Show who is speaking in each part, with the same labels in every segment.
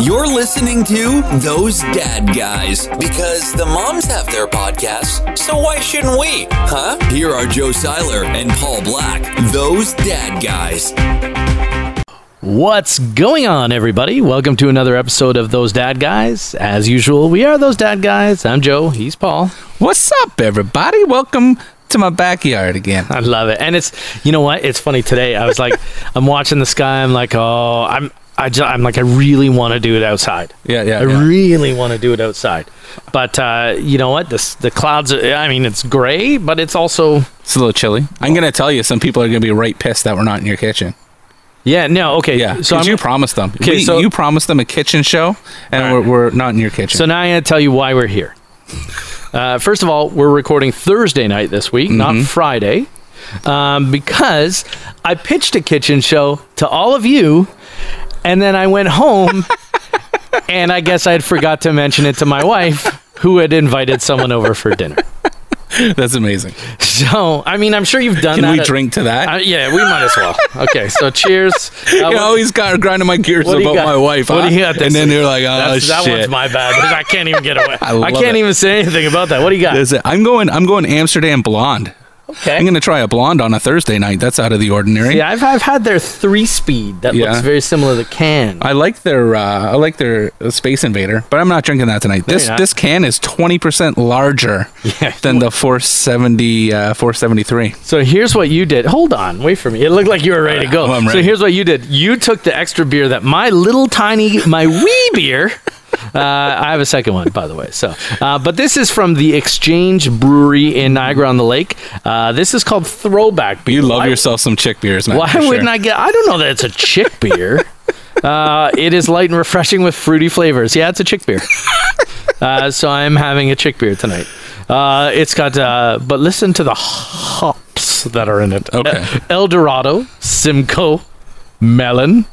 Speaker 1: listening to Those Dad Guys because the moms have their podcasts, so why shouldn't we? Huh? Here are Joe Seiler and Paul Black, Those Dad Guys.
Speaker 2: What's going on, everybody? Welcome to another episode of Those Dad Guys. As usual, we are Those Dad Guys. I'm Joe. He's Paul.
Speaker 3: What's up, everybody? Welcome to my backyard again.
Speaker 2: I love it. And it's, you know what? It's funny today. I was like, I'm watching the sky. I'm like, oh, I'm, I just, I'm like, I really want to do it outside.
Speaker 3: Yeah, yeah,
Speaker 2: I
Speaker 3: yeah.
Speaker 2: really want to do it outside. But uh, you know what? This, the clouds. Are, I mean, it's gray, but it's also
Speaker 3: It's a little chilly. I'm gonna tell you, some people are gonna be right pissed that we're not in your kitchen.
Speaker 2: yeah. No, okay.
Speaker 3: Yeah,
Speaker 2: So
Speaker 3: so
Speaker 2: I'm,
Speaker 3: you promised them.
Speaker 2: 'Kay,
Speaker 3: We-
Speaker 2: so-
Speaker 3: you promised them a kitchen show, and
Speaker 2: All right.
Speaker 3: we're, we're not in your kitchen.
Speaker 2: So now I'm going to tell you why we're here. Uh, first of all, we're recording Thursday night this week,
Speaker 3: Mm-hmm.
Speaker 2: not Friday, um, because I pitched a kitchen show to all of you, and then I went home, and I guess I'd forgot to mention it to my wife, who had invited someone over for dinner.
Speaker 3: That's amazing.
Speaker 2: So, I mean, I'm sure you've done
Speaker 3: Can
Speaker 2: that.
Speaker 3: we
Speaker 2: at-
Speaker 3: drink to that?
Speaker 2: Uh, yeah, we might as well. Okay, so cheers. Uh,
Speaker 3: you
Speaker 2: what-
Speaker 3: always got grinding my gears
Speaker 2: what do you
Speaker 3: about
Speaker 2: got-
Speaker 3: my wife.
Speaker 2: what
Speaker 3: huh?
Speaker 2: do you got this
Speaker 3: And then
Speaker 2: week?
Speaker 3: they're like, oh
Speaker 2: that's,
Speaker 3: shit.
Speaker 2: that one's my bad because I can't even get away. I,
Speaker 3: love
Speaker 2: can't
Speaker 3: it.
Speaker 2: even say anything about that. What do you got?
Speaker 3: That's it. I'm going. I'm going Amsterdam blonde.
Speaker 2: okay.
Speaker 3: I'm gonna try a blonde on a Thursday night. That's out of the ordinary.
Speaker 2: Yeah, I've, I've had their three speed that
Speaker 3: Yeah.
Speaker 2: looks very similar to can.
Speaker 3: I like their uh, I like their uh, Space Invader, but I'm not drinking that tonight. This
Speaker 2: you're not.
Speaker 3: this can is 20% larger
Speaker 2: Yeah.
Speaker 3: than the 470 uh, 473.
Speaker 2: so here's what you did. Hold on, wait for me. It looked like you were ready to go.
Speaker 3: Oh, I'm
Speaker 2: So
Speaker 3: ready.
Speaker 2: here's what you did. You took the extra beer that my little tiny, my wee beer. Uh, I have a second one, by the way. So, uh, but this is from the Exchange Brewery in Niagara on the Lake. Uh, this is called Throwback Beer.
Speaker 3: You love
Speaker 2: Why-
Speaker 3: yourself some chick beers, man.
Speaker 2: Why
Speaker 3: for sure.
Speaker 2: wouldn't I get? I don't know that it's a chick beer. uh, it is light and refreshing with fruity flavors. Yeah, it's a chick beer. uh, so I'm having a chick beer tonight. Uh, it's got, uh, but listen to the hops that are in it. E-
Speaker 3: Okay.
Speaker 2: El Dorado, Simcoe, melon,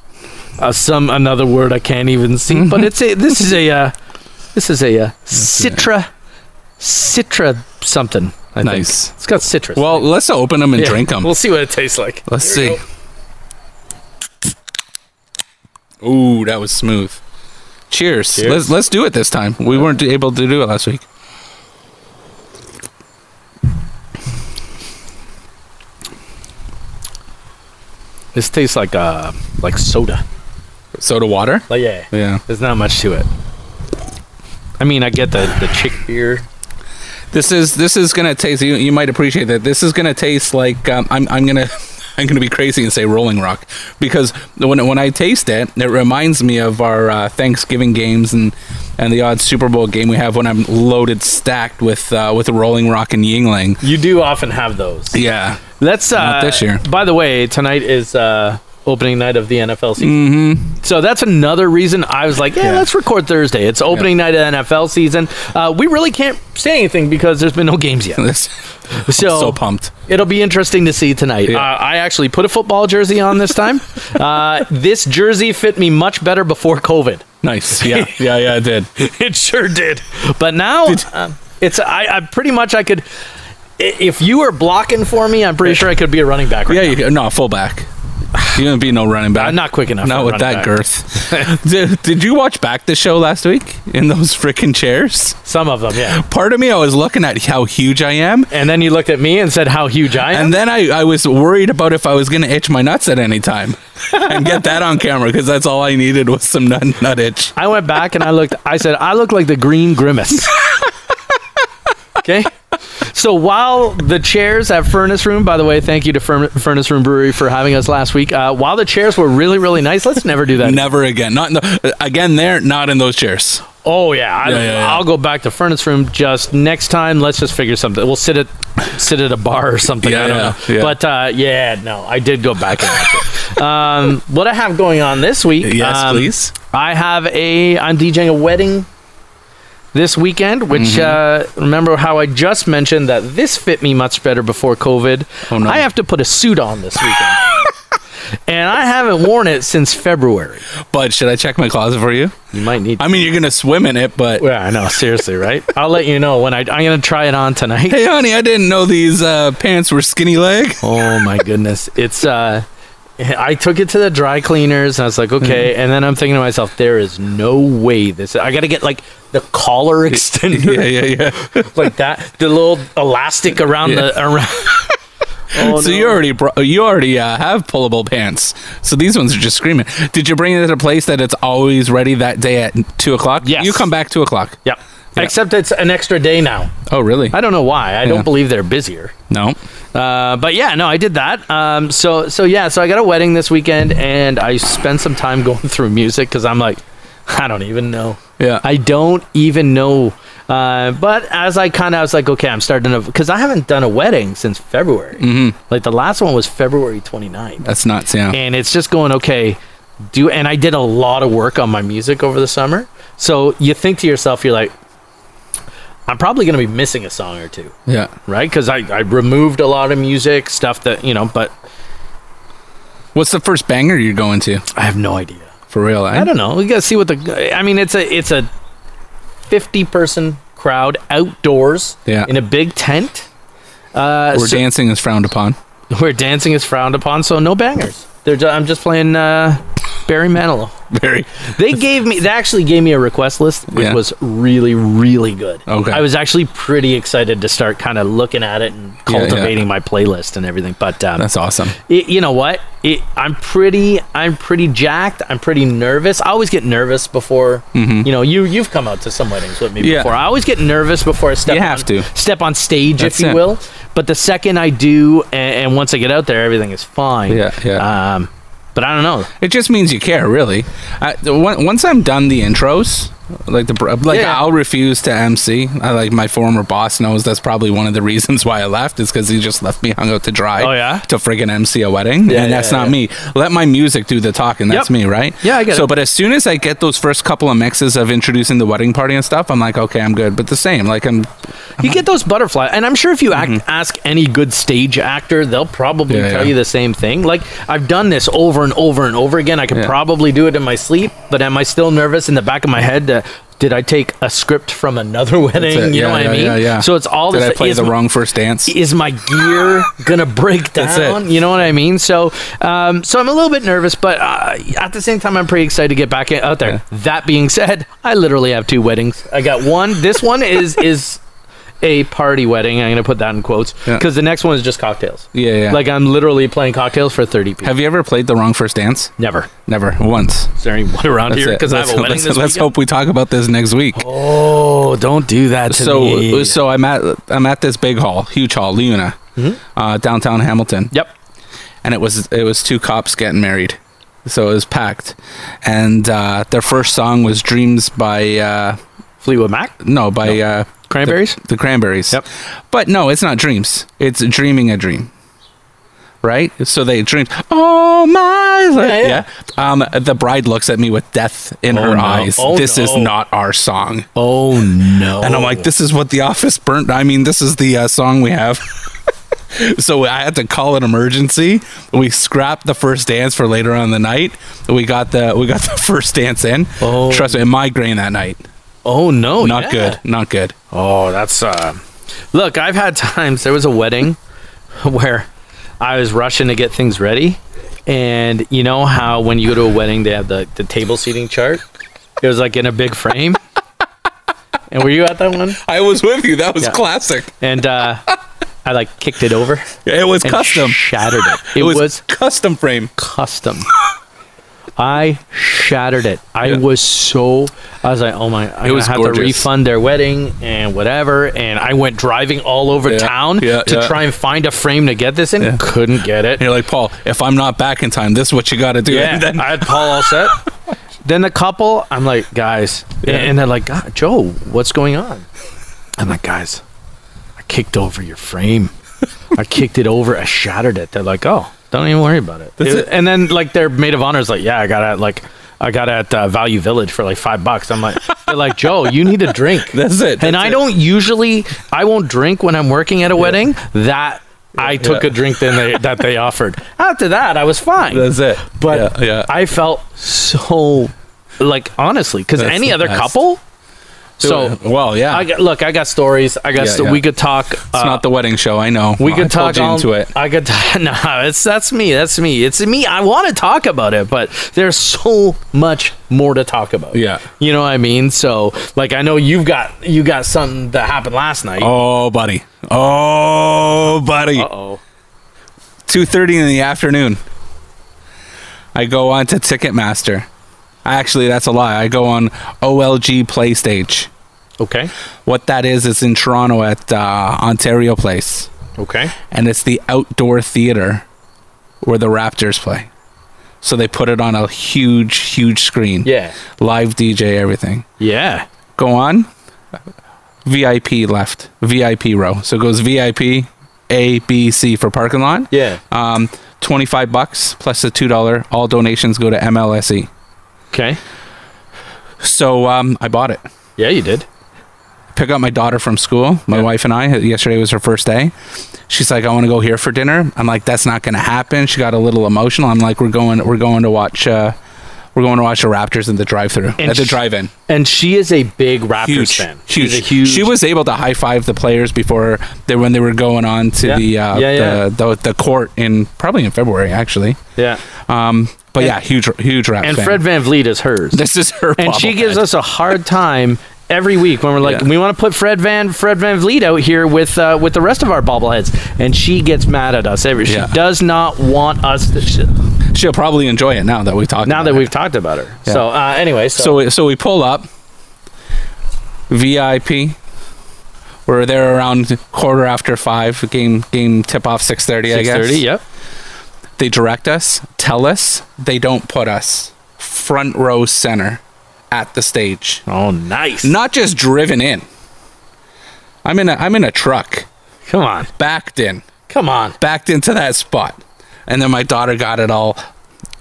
Speaker 2: uh, some another word I can't even see.
Speaker 3: Mm-hmm.
Speaker 2: but it's a. This is a. Uh, this is a uh, citra, citra something. I
Speaker 3: Nice.
Speaker 2: think it's got citrus.
Speaker 3: Well, let's open them and
Speaker 2: Yeah,
Speaker 3: drink 'em. drink them.
Speaker 2: We'll see what it tastes like.
Speaker 3: let's see. Ooh, that was smooth. Cheers.
Speaker 2: Cheers.
Speaker 3: Let's let's do it this time. We weren't able to do it last week.
Speaker 2: This tastes like uh like soda.
Speaker 3: Soda water?
Speaker 2: Like yeah.
Speaker 3: Yeah.
Speaker 2: There's not much to it. I mean, I get the the chick beer.
Speaker 3: This is this is gonna taste. You, you might appreciate that. This is gonna taste like um, I'm I'm gonna I'm gonna be crazy and say Rolling Rock because when when I taste it, it reminds me of our uh, Thanksgiving games and and the odd Super Bowl game we have when I'm loaded stacked with uh, with Rolling Rock and Yingling.
Speaker 2: You do often have those.
Speaker 3: Yeah,
Speaker 2: Let's uh
Speaker 3: Not this year.
Speaker 2: By the way, tonight is uh opening night of the NFL season. Mm-hmm. So that's another reason I was like, yeah,
Speaker 3: Yeah.
Speaker 2: let's record Thursday. It's opening night of NFL season. Uh, we really can't say anything because there's been no games yet.
Speaker 3: This-
Speaker 2: So,
Speaker 3: so pumped.
Speaker 2: It'll be interesting to see tonight.
Speaker 3: Yeah.
Speaker 2: Uh, I actually put a football jersey on this time. uh, this jersey fit me much better before COVID.
Speaker 3: Nice. Yeah, yeah, yeah. I did.
Speaker 2: It sure did. But now um, it's I, I pretty much I could. i- If you were blocking for me, I'm pretty sure I could be a running back. Right
Speaker 3: Yeah,
Speaker 2: now.
Speaker 3: you no fullback. You gonna be no running back.
Speaker 2: I'm not quick enough. for
Speaker 3: Not
Speaker 2: a
Speaker 3: with
Speaker 2: running
Speaker 3: that
Speaker 2: back.
Speaker 3: girth. did, did you watch back the show last week in those freaking chairs?
Speaker 2: Some of them, yeah.
Speaker 3: part of me I was looking at how huge I am.
Speaker 2: And then you looked at me and said, "How huge I am."
Speaker 3: And then I, I was worried about if I was going to itch my nuts at any time and get that on camera because that's all I needed was some nut, nut itch.
Speaker 2: I went back and I looked. I said, I look like the green grimace. okay. So while the chairs at Furnace Room, by the way, thank you to Furn- Furnace Room Brewery for having us last week. Uh, while the chairs were really, really nice, let's never do that.
Speaker 3: Never again. Not in the, again there, not in those chairs.
Speaker 2: Oh yeah, I,
Speaker 3: Yeah, yeah, yeah.
Speaker 2: I'll go back to Furnace Room just next time. Let's just figure something. We'll sit at sit at a bar or something. I
Speaker 3: Yeah,
Speaker 2: don't
Speaker 3: yeah,
Speaker 2: know.
Speaker 3: yeah.
Speaker 2: But uh, yeah, no, I did go back and watch it. um, what I have going on this week?
Speaker 3: Yes,
Speaker 2: um,
Speaker 3: please.
Speaker 2: I have a. I'm DJing a wedding this weekend. Which
Speaker 3: Mm-hmm.
Speaker 2: uh, remember how I just mentioned that this fit me much better before COVID.
Speaker 3: Oh, no.
Speaker 2: I have to put a suit on this weekend, and I haven't worn it since February.
Speaker 3: But should I check my closet for you?
Speaker 2: You might need.
Speaker 3: I mean, you're going to swim in it, but
Speaker 2: Yeah, I know. Seriously, right? I'll let you know when I. I'm gonna try it on tonight.
Speaker 3: hey, honey, I didn't know these uh, pants were skinny leg.
Speaker 2: Oh my goodness! It's uh, I took it to the dry cleaners and I was like, okay.
Speaker 3: Mm-hmm.
Speaker 2: And then I'm thinking to myself, there is no way this. I got to get like the collar extender,
Speaker 3: Yeah, yeah, yeah.
Speaker 2: like that, the little elastic around
Speaker 3: Yeah.
Speaker 2: the around. Oh,
Speaker 3: so
Speaker 2: no.
Speaker 3: you already bro- you already uh, have pullable pants. So these ones are just screaming. Did you bring it to a place that it's always ready that day at two o'clock?
Speaker 2: Yes.
Speaker 3: You come back two o'clock.
Speaker 2: Yep. Except it's an extra day now.
Speaker 3: Oh, really?
Speaker 2: I don't know why. I
Speaker 3: Yeah.
Speaker 2: don't believe they're busier.
Speaker 3: no.
Speaker 2: Uh, but yeah, no, I did that. Um, so so yeah, so I got a wedding this weekend, and I spent some time going through music because I'm like, I don't even know.
Speaker 3: Yeah.
Speaker 2: I don't even know. Uh, but as I kind of I was like, okay, I'm starting to because I haven't done a wedding since February. Like the last one was February 29th,
Speaker 3: That's nuts. Yeah.
Speaker 2: and it's just going okay. Do and I did a lot of work on my music over the summer, so you think to yourself, you're like, I'm probably going to be missing a song or two
Speaker 3: yeah.
Speaker 2: right? Because I, I removed a lot of music stuff that you know, but
Speaker 3: What's the first banger you're going to?
Speaker 2: I have no idea.
Speaker 3: For real? eh?
Speaker 2: I don't know. We gotta see what the. I mean, it's a it's a fifty person crowd outdoors
Speaker 3: Yeah.
Speaker 2: in a big tent. Uh,
Speaker 3: Where
Speaker 2: so-
Speaker 3: dancing is frowned upon.
Speaker 2: where dancing is frowned upon, so no bangers. They're ju- I'm just playing uh, Barry Manilow.
Speaker 3: Very.
Speaker 2: They gave me they actually gave me a request list, which
Speaker 3: Yeah.
Speaker 2: was really really good.
Speaker 3: Okay.
Speaker 2: I was actually pretty excited to start kind of looking at it and
Speaker 3: Yeah, yeah.
Speaker 2: cultivating my playlist and everything. But um,
Speaker 3: That's awesome.
Speaker 2: it, you know what? It, I'm pretty. I'm pretty jacked. I'm pretty nervous. I always get nervous before. You know, you you've come out to some weddings with me
Speaker 3: Mm-hmm. Yeah.
Speaker 2: before. I always get nervous before I step.
Speaker 3: You
Speaker 2: on,
Speaker 3: have to.
Speaker 2: step on stage,
Speaker 3: That's
Speaker 2: if you
Speaker 3: it.
Speaker 2: will. But the second I do, and, and once I get out there, everything is fine.
Speaker 3: Yeah, yeah.
Speaker 2: Um, but I don't know.
Speaker 3: It just means you care, really. I, the one- once I'm done the intros, like the br- like
Speaker 2: Yeah.
Speaker 3: I'll refuse to MC. I, like my former boss knows that's probably one of the reasons why I left is because he just left me hung out to dry.
Speaker 2: Oh, yeah?
Speaker 3: to friggin' MC a wedding,
Speaker 2: Yeah, yeah,
Speaker 3: and that's not
Speaker 2: yeah.
Speaker 3: me. Let my music do the talking. That's
Speaker 2: Yep.
Speaker 3: me, right?
Speaker 2: Yeah, I get
Speaker 3: So,
Speaker 2: it.
Speaker 3: but as soon as I get those first couple of mixes of introducing the wedding party and stuff, I'm like, okay, I'm good. But the same, like I'm
Speaker 2: You get those butterflies, and I'm sure if you act, ask any good stage actor, they'll probably
Speaker 3: Mm-hmm. Yeah,
Speaker 2: tell
Speaker 3: yeah.
Speaker 2: you the same thing. Like I've done this over and over and over again. I could
Speaker 3: Yeah.
Speaker 2: probably do it in my sleep, but am I still nervous in the back of my head? That, did I take a script from another wedding?
Speaker 3: it.
Speaker 2: You know
Speaker 3: Yeah,
Speaker 2: what
Speaker 3: yeah,
Speaker 2: I mean?
Speaker 3: yeah, yeah.
Speaker 2: So it's all
Speaker 3: did
Speaker 2: this.
Speaker 3: I play
Speaker 2: is e
Speaker 3: the
Speaker 2: my-
Speaker 3: wrong first dance?
Speaker 2: is my gear gonna break
Speaker 3: That's it.
Speaker 2: down? You know what I mean? So, um, so I'm a little bit nervous, but uh, at the same time, I'm pretty excited to get back in, out there. That being said, I literally have two weddings. I got one. This one is is a party wedding. I'm gonna put that in quotes
Speaker 3: Yeah.
Speaker 2: because the next one is just cocktails.
Speaker 3: Yeah, yeah.
Speaker 2: Like I'm literally playing cocktails for 30 people.
Speaker 3: Have you ever played the wrong first dance?
Speaker 2: Never.
Speaker 3: Never once.
Speaker 2: Is there anyone around
Speaker 3: That's
Speaker 2: here?
Speaker 3: it.
Speaker 2: Because I have
Speaker 3: Let's-
Speaker 2: a wedding
Speaker 3: let's,
Speaker 2: this
Speaker 3: let's
Speaker 2: weekend?
Speaker 3: hope we talk about this next week.
Speaker 2: Oh, don't do that to
Speaker 3: so uh,
Speaker 2: me.
Speaker 3: so I'm at I'm at this big hall, huge hall, Leuna, uh, downtown Hamilton.
Speaker 2: Mm-hmm. yep.
Speaker 3: And it was it was two cops getting married, so it was packed, and uh, their first song was "Dreams" by uh,
Speaker 2: Fleetwood Mac,
Speaker 3: no by Uh,
Speaker 2: Cranberries.
Speaker 3: the Cranberries.
Speaker 2: Yep.
Speaker 3: But no, it's not dreams. It's dreaming a dream. Right? So they dream. Oh my!
Speaker 2: Yeah,
Speaker 3: li-"
Speaker 2: yeah.
Speaker 3: Um, the bride looks at me with death in
Speaker 2: Oh,
Speaker 3: her
Speaker 2: no.
Speaker 3: eyes.
Speaker 2: Oh,
Speaker 3: this is
Speaker 2: no.
Speaker 3: not our song.
Speaker 2: oh no!
Speaker 3: And I'm like, this is what The Office burnt. I mean, this is the uh, song we have. so I had to call an emergency. We scrapped the first dance for later on in the night. We got the we got the first dance in.
Speaker 2: Oh.
Speaker 3: Trust me, a migraine that night.
Speaker 2: oh no!
Speaker 3: Not
Speaker 2: yeah.
Speaker 3: good. Not good.
Speaker 2: Oh, that's uh Look, I've had times there was a wedding where I was rushing to get things ready and you know how when you go to a wedding they have the, the table seating chart? It was like in a big frame. and were you at that one?
Speaker 3: I was with you. That was
Speaker 2: Yeah.
Speaker 3: classic.
Speaker 2: And uh I like kicked it over
Speaker 3: It was
Speaker 2: and
Speaker 3: custom.
Speaker 2: shattered it. It,
Speaker 3: It was,
Speaker 2: was,
Speaker 3: custom frame.
Speaker 2: custom. I shattered it. I
Speaker 3: Yeah.
Speaker 2: was so I was like, oh my! I'm
Speaker 3: It
Speaker 2: gonna
Speaker 3: was
Speaker 2: have
Speaker 3: gorgeous.
Speaker 2: to refund their wedding and whatever. And I went driving all over
Speaker 3: Yeah,
Speaker 2: town
Speaker 3: yeah,
Speaker 2: to
Speaker 3: yeah.
Speaker 2: try and find a frame to get this in.
Speaker 3: Yeah.
Speaker 2: Couldn't get it.
Speaker 3: And you're like, Paul, if I'm not back in time, this is what you got to do.
Speaker 2: Yeah,
Speaker 3: And then-
Speaker 2: I had Paul all set. then the couple, I'm like, guys,
Speaker 3: Yeah.
Speaker 2: and they're like, God, Joe, what's going on? I'm like, guys, I kicked over your frame. I kicked it over. I shattered it. They're like, oh, don't even worry about it.
Speaker 3: That's
Speaker 2: It-
Speaker 3: it.
Speaker 2: And then like their maid of honor is like, yeah, I got at like. I got at uh, Value Village for like five bucks. I'm like, they're like, Joe, you need a drink.
Speaker 3: That's it,
Speaker 2: and
Speaker 3: that's
Speaker 2: I
Speaker 3: it.
Speaker 2: don't usually, I won't drink when I'm working at a wedding. That I took
Speaker 3: yeah.
Speaker 2: a drink then they, that they offered. After that, I was fine.
Speaker 3: that's it.
Speaker 2: But
Speaker 3: yeah, yeah.
Speaker 2: I felt so like honestly because
Speaker 3: That's
Speaker 2: any
Speaker 3: the
Speaker 2: other
Speaker 3: best.
Speaker 2: couple So
Speaker 3: well, yeah.
Speaker 2: I got, look, I got stories. I got
Speaker 3: Yeah,
Speaker 2: sto-
Speaker 3: yeah.
Speaker 2: we could talk. uh,
Speaker 3: it's not the wedding show. I know.
Speaker 2: we
Speaker 3: Well, I
Speaker 2: could talk
Speaker 3: pulled you
Speaker 2: all-
Speaker 3: into it.
Speaker 2: I could no, it's that's me. That's me. It's me. I want to talk about it, but there's so much more to talk about.
Speaker 3: Yeah.
Speaker 2: you know what I mean. So, like, I know you've got you got something that happened last night.
Speaker 3: Oh, buddy. Oh, buddy.
Speaker 2: oh.
Speaker 3: Two thirty in the afternoon. I go on to Ticketmaster. Actually, that's a lie. I go on OLG PlayStage.
Speaker 2: Okay.
Speaker 3: What that is is in Toronto at uh, Ontario Place,
Speaker 2: Okay.
Speaker 3: and it's the outdoor theater where the Raptors play. So they put it on a huge, huge screen.
Speaker 2: Yeah.
Speaker 3: Live DJ, everything.
Speaker 2: Yeah.
Speaker 3: go on VIP left VIP row so it goes VIP A B C for parking lot
Speaker 2: Yeah.
Speaker 3: um 25 bucks plus the two dollar all donations go to MLSE
Speaker 2: Okay.
Speaker 3: E. so um I bought it
Speaker 2: Yeah, you did.
Speaker 3: pick up my daughter from school my wife and I yesterday was her first day she's like I want to go here for dinner I'm like that's not gonna happen she got a little emotional I'm like we're going we're going to watch uh we're going to watch the Raptors in the drive-through at the
Speaker 2: sh-
Speaker 3: drive-in
Speaker 2: And she is a big Raptors
Speaker 3: huge,
Speaker 2: fan.
Speaker 3: Huge.
Speaker 2: She's a huge.
Speaker 3: She was able to high five the players before they when they were going on to
Speaker 2: Yeah.
Speaker 3: the, uh,
Speaker 2: Yeah, yeah.
Speaker 3: the the the court in probably in February actually.
Speaker 2: Yeah.
Speaker 3: Um, but yeah, huge huge rap.
Speaker 2: And
Speaker 3: fan.
Speaker 2: Fred Van Vliet is hers.
Speaker 3: this is her.
Speaker 2: and she gives us a hard time every week when we're like,
Speaker 3: Yeah.
Speaker 2: we want to put Fred Van Fred Van Vliet out here with uh, with the rest of our bobbleheads, and she gets mad at us. Every
Speaker 3: Yeah.
Speaker 2: she does not want us to. Sh-
Speaker 3: She'll probably enjoy it now that we talked.
Speaker 2: now
Speaker 3: about
Speaker 2: that
Speaker 3: it.
Speaker 2: we've talked about her, so uh, anyway, so,
Speaker 3: so we- so we pull up VIP. We're there around quarter after five. Game game tip off six thirty. I
Speaker 2: six
Speaker 3: guess.
Speaker 2: thirty, yep.
Speaker 3: They direct us, tell us. They don't put us front row center at the stage.
Speaker 2: Oh, nice.
Speaker 3: Not just driven in. I'm in a I'm in a truck,
Speaker 2: Come on,
Speaker 3: backed in,
Speaker 2: come on.
Speaker 3: backed into that spot, and then my daughter got it all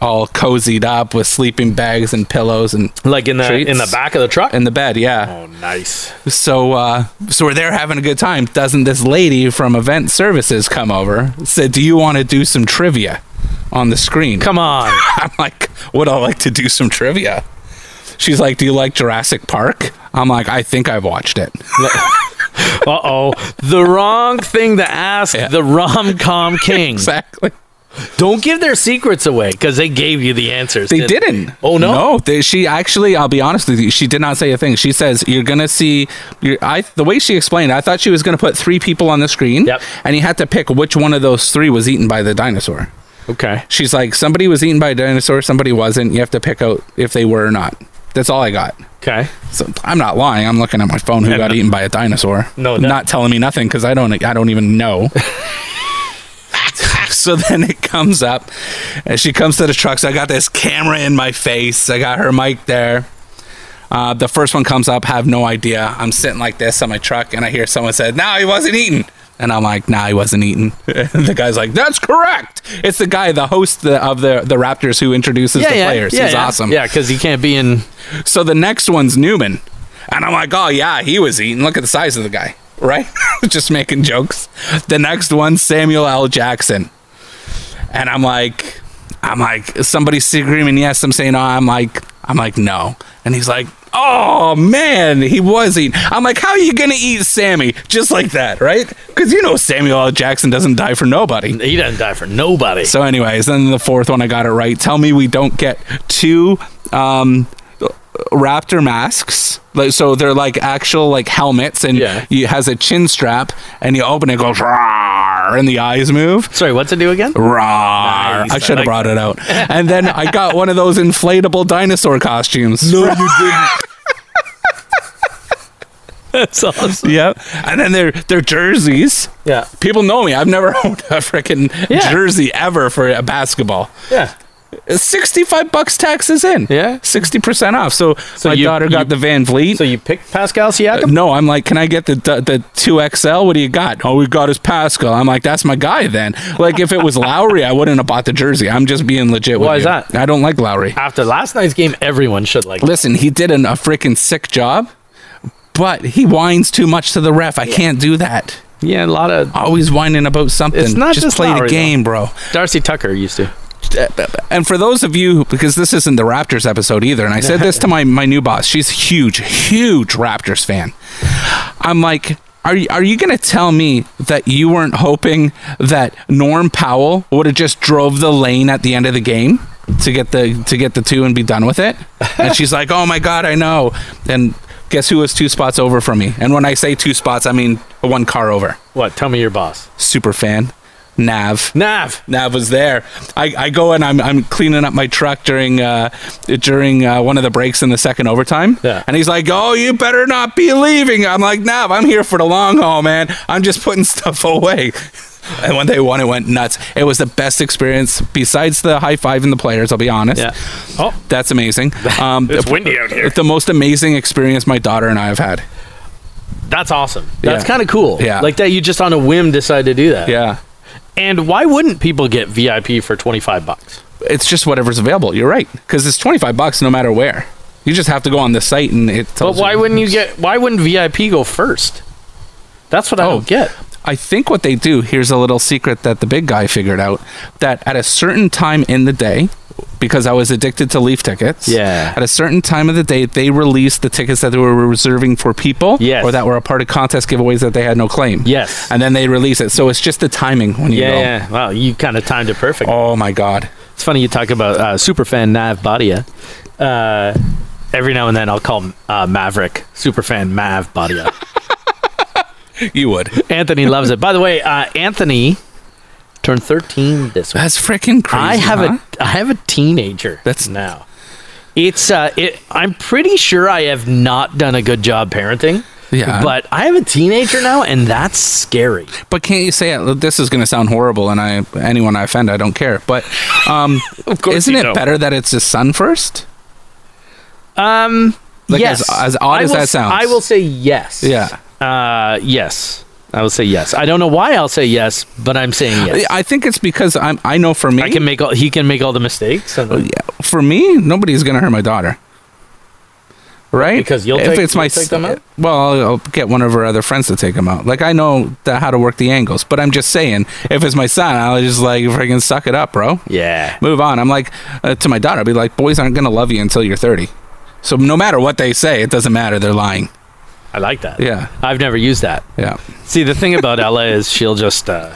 Speaker 3: all cozied up with sleeping bags and pillows and
Speaker 2: Like in the
Speaker 3: Treats.
Speaker 2: in the back of the truck.
Speaker 3: in the bed. Yeah.
Speaker 2: oh, nice.
Speaker 3: So uh, so we're there having a good time. Doesn't this lady from event services come over? Said, "Do you want to do some trivia on the screen?"
Speaker 2: Come on.
Speaker 3: I'm like, would I like to do some trivia? She's like, do you like Jurassic Park? I'm like, I think I've watched it.
Speaker 2: Uh oh, the wrong thing to ask
Speaker 3: Yeah.
Speaker 2: the rom com king.
Speaker 3: exactly.
Speaker 2: Don't give their secrets away because they gave you the answers.
Speaker 3: They
Speaker 2: didn't
Speaker 3: didn't.
Speaker 2: Oh, no?
Speaker 3: No, they, she actually. I'll be honest with you. She did not say a thing. She says you're gonna see. You're, I the way she explained, I thought she was gonna put three people on the screen.
Speaker 2: Yep.
Speaker 3: And you had to pick which one of those three was eaten by the dinosaur.
Speaker 2: Okay.
Speaker 3: She's like, somebody was eaten by a dinosaur, somebody wasn't. You have to pick out if they were or not. That's all I got.
Speaker 2: Okay.
Speaker 3: So I'm not lying. I'm looking at my phone. Who got
Speaker 2: no-
Speaker 3: eaten by a dinosaur?
Speaker 2: No, that-
Speaker 3: not telling me nothing because I don't. I don't even know. so then it comes up, and she comes to the truck. So I got this camera in my face. I got her mic there. Uh, the first one comes up. Have no idea. I'm sitting like this on my truck, and I hear someone said, "No, he wasn't eaten." And I'm like, "Nah, he wasn't eaten." the guy's like, "That's correct." It's the guy, the host the, of the the Raptors, who introduces the players. He's awesome.
Speaker 2: Yeah, because he can't be in.
Speaker 3: So the next one's Newman. And I'm like, oh, yeah, he was eating. Look at the size of the guy, right? Just making jokes. The next one's Samuel L. Jackson. And I'm like, I'm like, somebody's screaming yes. I'm saying, no. I'm like, I'm like, no. And he's like, oh, man, he was eating. I'm like, how are you going to eat Sammy? Just like that, right? Because you know Samuel L. Jackson doesn't die for nobody.
Speaker 2: He doesn't die for nobody.
Speaker 3: So, anyways, then the fourth one I got it right. Tell me we don't get two um, raptor masks. Like, so they're like actual like helmets, and
Speaker 2: Yeah.
Speaker 3: you has a chin strap, and you open it, it goes "Rawr," and the eyes move.
Speaker 2: Sorry, what's it do again?
Speaker 3: Rawr.
Speaker 2: Nice,
Speaker 3: I
Speaker 2: I
Speaker 3: should have
Speaker 2: like
Speaker 3: brought it out. And then I got one of those inflatable dinosaur costumes.
Speaker 2: you didn't. That's awesome.
Speaker 3: Yep. And then their their jerseys.
Speaker 2: Yeah.
Speaker 3: People know me. I've never owned a freaking
Speaker 2: Yeah.
Speaker 3: jersey ever for a basketball.
Speaker 2: Yeah.
Speaker 3: 65 bucks taxes in.
Speaker 2: Yeah.
Speaker 3: 60% off. So, my
Speaker 2: you-
Speaker 3: daughter got
Speaker 2: you-
Speaker 3: the Van Vliet.
Speaker 2: So you picked Pascal Siakam?
Speaker 3: no, I'm like, can I get the the the two XL? What do you got? Oh, we got his Pascal. I'm like, that's my guy. Then, like, if it was Lowry, I wouldn't have bought the jersey. I'm just being legit. with
Speaker 2: Why is
Speaker 3: you.
Speaker 2: that?
Speaker 3: I don't like Lowry.
Speaker 2: After last night's game, everyone should like.
Speaker 3: Listen, he did an, a freaking sick job, but he whines too much to the ref. I can't do that.
Speaker 2: Yeah, a lot of
Speaker 3: Always whining about something.
Speaker 2: It's not
Speaker 3: just
Speaker 2: just
Speaker 3: play the
Speaker 2: Lowry,
Speaker 3: game, bro.
Speaker 2: Darcy Tucker used to.
Speaker 3: and for those of you because this isn't the Raptors episode either, and I said this to my my new boss. She's huge, huge Raptors fan. I'm like. Are you, are you going to tell me that you weren't hoping that Norm Powell would have just drove the lane at the end of the game to get the to get the two and be done with it? And she's like, "Oh my god, I know." And guess who was two spots over from me? And when I say two spots, I mean one car over.
Speaker 2: What? Tell me your boss.
Speaker 3: Super fan, Nav.
Speaker 2: Nav.
Speaker 3: Nav was there. I, I go and I'm, I'm cleaning up my truck during uh, during uh, one of the breaks in the second overtime.
Speaker 2: Yeah.
Speaker 3: And he's like, "Oh, you better not be leaving." I'm like, "Nav, I'm here for the long haul, man. I'm just putting stuff away." And when they won, it went nuts. It was the best experience besides the high five and the players. I'll be honest.
Speaker 2: Yeah. Oh,
Speaker 3: That's amazing. Um,
Speaker 2: It's windy out here.
Speaker 3: The most amazing experience my daughter and I have had.
Speaker 2: that's awesome. That's
Speaker 3: Yeah.
Speaker 2: kind of cool.
Speaker 3: Yeah.
Speaker 2: Like that you just on a whim decide to do that.
Speaker 3: Yeah.
Speaker 2: And why wouldn't people get VIP for 25 bucks?
Speaker 3: It's just whatever's available. You're right. Because it's 25 bucks no matter where. You just have to go on the site and it
Speaker 2: But
Speaker 3: tells
Speaker 2: why wouldn't you get why wouldn't VIP go first? That's what I
Speaker 3: Oh.
Speaker 2: don't get.
Speaker 3: I think what they do, here's a little secret that the big guy figured out that at a certain time in the day, because I was addicted to leaf tickets.
Speaker 2: Yeah.
Speaker 3: At a certain time of the day, they released the tickets that they were reserving for people
Speaker 2: Yes.
Speaker 3: or that were a part of contest giveaways that they had no claim.
Speaker 2: Yes.
Speaker 3: And then they release it. So it's just the timing when you
Speaker 2: Yeah,
Speaker 3: go.
Speaker 2: yeah. Wow, you kind of timed it perfect.
Speaker 3: Oh my God.
Speaker 2: It's funny you talk about uh, superfan Nav Badia. Uh, every now and then I'll call uh, Maverick superfan Mav Badia.
Speaker 3: You would.
Speaker 2: Anthony loves it. By the way, uh, Anthony turned 13 this week.
Speaker 3: That's freaking crazy.
Speaker 2: I have
Speaker 3: huh?
Speaker 2: a I have a teenager.
Speaker 3: That's-
Speaker 2: now. It's uh, it, I'm pretty sure I have not done a good job parenting.
Speaker 3: Yeah.
Speaker 2: But I have a teenager now, and that's scary.
Speaker 3: But can't you say it? This is going to sound horrible, and I anyone I offend, I don't care. But um,
Speaker 2: Of course
Speaker 3: isn't
Speaker 2: you
Speaker 3: it
Speaker 2: don't.
Speaker 3: better that it's his son first?
Speaker 2: Um.
Speaker 3: Like,
Speaker 2: yes.
Speaker 3: as- as odd
Speaker 2: I
Speaker 3: as
Speaker 2: will
Speaker 3: that
Speaker 2: s-
Speaker 3: sounds.
Speaker 2: I will say yes.
Speaker 3: Yeah.
Speaker 2: Uh. Yes. I will say yes. I don't know why I'll say yes, but I'm saying yes.
Speaker 3: I think it's because I'm. I know for me,
Speaker 2: I can make all. He can make all the mistakes. and-
Speaker 3: Oh, yeah, for me, nobody's going to hurt my daughter. Right?
Speaker 2: Because you'll take- you'll
Speaker 3: s-
Speaker 2: take them out?
Speaker 3: Well, I'll, I'll get one of her other friends to take them out. Like I know the, how to work the angles, but I'm just saying, if it's my son, I'll just like freaking suck it up, bro.
Speaker 2: Yeah.
Speaker 3: move on. I'm like uh, to my daughter, I'll be like, boys aren't gonna love you until you're 30. So no matter what they say, it doesn't matter. They're lying.
Speaker 2: I like that.
Speaker 3: Yeah.
Speaker 2: I've never used that.
Speaker 3: Yeah.
Speaker 2: See, the thing about Ella is she'll just, uh,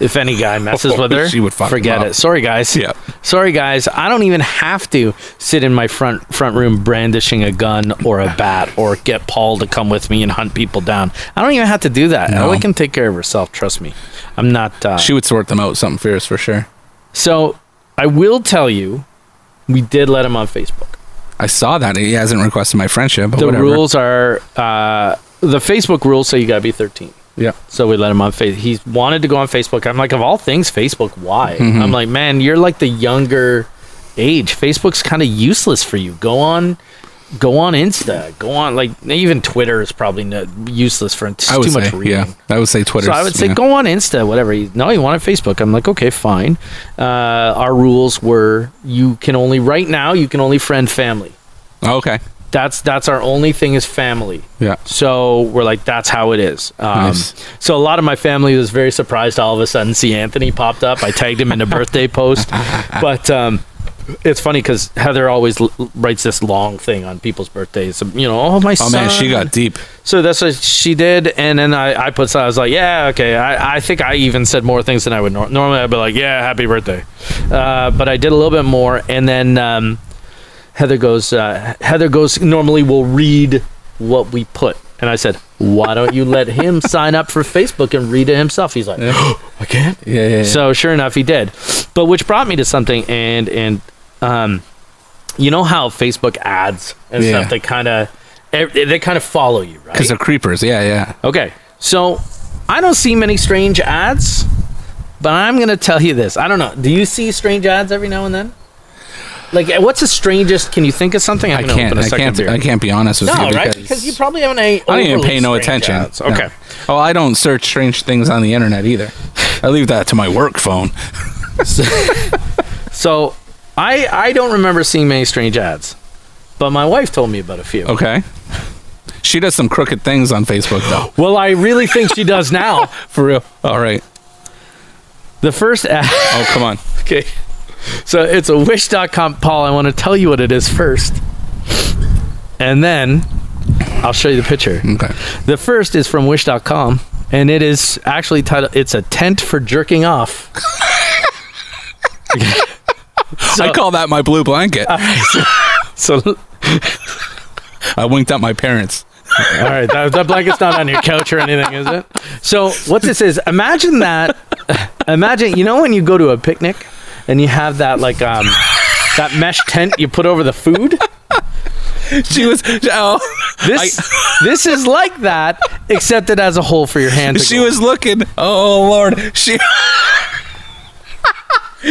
Speaker 2: if any guy messes with her,
Speaker 3: Oh, She would fuck him
Speaker 2: forget
Speaker 3: up.
Speaker 2: it. Sorry, guys.
Speaker 3: Yeah.
Speaker 2: Sorry, guys. I don't even have to sit in my front front room brandishing a gun or a bat or get Paul to come with me and hunt people down. I don't even have to do that.
Speaker 3: No.
Speaker 2: Ella can take care of herself. Trust me. I'm not. Uh,
Speaker 3: She would sort them out something fierce for sure.
Speaker 2: so I will tell you, we did let him on Facebook.
Speaker 3: I saw that. He hasn't requested my friendship, but
Speaker 2: The
Speaker 3: whatever.
Speaker 2: rules are uh, the Facebook rules say you gotta be 13.
Speaker 3: Yeah.
Speaker 2: So we let him on Facebook. He wanted to go on Facebook. I'm like, of all things, Facebook, why?
Speaker 3: Mm-hmm.
Speaker 2: I'm like, man, you're like the younger age. Facebook's kind of useless for you. Go on, go on Insta. Go on, like even Twitter is probably no, useless for it's
Speaker 3: I would
Speaker 2: too
Speaker 3: say,
Speaker 2: much reading.
Speaker 3: yeah. I would say Twitter.
Speaker 2: So I would say go on Insta, whatever. He- No, he wanted Facebook. I'm like, okay, fine. Uh, our rules were you can only right now you can only friend family.
Speaker 3: Okay.
Speaker 2: That's that's our only thing is family.
Speaker 3: Yeah.
Speaker 2: So we're like, that's how it is. Um,
Speaker 3: Nice.
Speaker 2: So a lot of my family was very surprised to all of a sudden see Anthony popped up. I tagged him in a birthday post, but um, it's funny because Heather always l- l- writes this long thing on people's birthdays. You know, oh my
Speaker 3: Oh
Speaker 2: son.
Speaker 3: man, she got deep.
Speaker 2: So that's what she did, and then I, I put. some- I was like, yeah, okay. I, I think I even said more things than I would nor- normally. I'd be like, yeah, happy birthday, uh, but I did a little bit more, and then um, Heather goes. Uh, Heather goes. Normally, we'll read what we put, and I said, why don't you let him sign up for Facebook and read it himself? He's like, I can't.
Speaker 3: Yeah. yeah, yeah.
Speaker 2: So sure enough, he did. But which brought me to something, and and um, you know how Facebook ads and
Speaker 3: Yeah.
Speaker 2: stuff they kind of they kind of follow you, right?
Speaker 3: Because they're creepers. Yeah. Yeah.
Speaker 2: Okay. So I don't see many strange ads, but I'm going to tell you this. I don't know. Do you see strange ads every now and then? Like, eh, what's the strangest? Can you think of something?
Speaker 3: I
Speaker 2: I'm gonna
Speaker 3: can't.
Speaker 2: open a
Speaker 3: I
Speaker 2: second
Speaker 3: can't.
Speaker 2: beer.
Speaker 3: I can't be honest with
Speaker 2: No,
Speaker 3: you
Speaker 2: right?
Speaker 3: because
Speaker 2: Because you probably haven't. I
Speaker 3: I don't even pay no attention. No.
Speaker 2: Okay.
Speaker 3: Oh, I don't search strange things on the internet either. I leave that to my work phone.
Speaker 2: So I I don't remember seeing many strange ads, but my wife told me about a few.
Speaker 3: Okay. She does some crooked things on Facebook though.
Speaker 2: Well, I really think she does now.
Speaker 3: For real. All right.
Speaker 2: The first ad.
Speaker 3: Oh, come on.
Speaker 2: Okay. So it's a wish.com. Paul, I want to tell you what it is first. And then I'll show you the picture.
Speaker 3: Okay.
Speaker 2: The first is from wish.com and it is actually titled it's a tent for jerking off.
Speaker 3: I call that my blue blanket.
Speaker 2: Uh, So all
Speaker 3: I winked at my parents.
Speaker 2: right, that, that blanket's not on your couch or anything, is it? So what this is, imagine that imagine you know when you go to a picnic and you have that like um that mesh tent you put over the food?
Speaker 3: She was. Oh,
Speaker 2: This this is like that, except it has a hole for your hand. To
Speaker 3: she
Speaker 2: go.
Speaker 3: was looking. Oh Lord, she.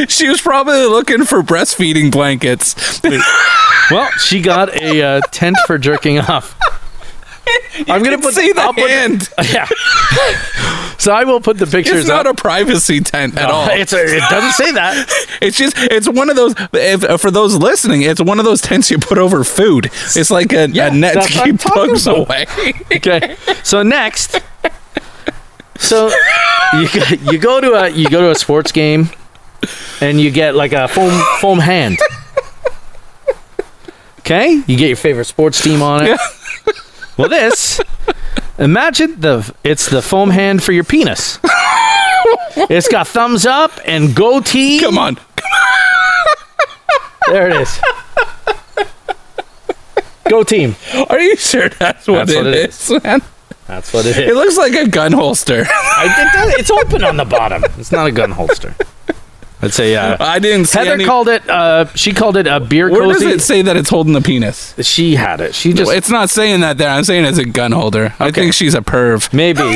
Speaker 3: She was probably looking for breastfeeding blankets.
Speaker 2: well, she got a uh, tent for jerking off. I'm gonna put
Speaker 3: See the
Speaker 2: I'll put-
Speaker 3: hand.
Speaker 2: yeah. So I will put the pictures
Speaker 3: It's not
Speaker 2: up.
Speaker 3: a privacy tent at
Speaker 2: No,
Speaker 3: all.
Speaker 2: It's a, it doesn't say that.
Speaker 3: It's just it's one of those. If, uh, for those listening, it's one of those tents you put over food. It's like a,
Speaker 2: Yeah,
Speaker 3: a net to
Speaker 2: that's what I'm
Speaker 3: keep
Speaker 2: talking
Speaker 3: bugs
Speaker 2: about.
Speaker 3: away.
Speaker 2: Okay. So next, so you go, you go to a you go to a sports game, and you get like a foam foam hand. Okay, you get your favorite sports team on it. Well, this imagine the it's the foam hand for your penis. It's got thumbs up and goatee.
Speaker 3: Come on,
Speaker 2: There it is. Go team.
Speaker 3: are you sure that's what,
Speaker 2: That's what it
Speaker 3: it is? man?
Speaker 2: That's what it is.
Speaker 3: It looks like a gun holster.
Speaker 2: I, it does- it's open on the bottom. It's not a gun holster. Let's say uh,
Speaker 3: I didn't see
Speaker 2: Heather
Speaker 3: any.
Speaker 2: called it. Uh, she called it a beer
Speaker 3: where does
Speaker 2: cozy.
Speaker 3: it say that it's holding the penis?
Speaker 2: she had it. She just
Speaker 3: It's not saying that there. I'm saying it's a gun holder. I think she's a perv.
Speaker 2: maybe,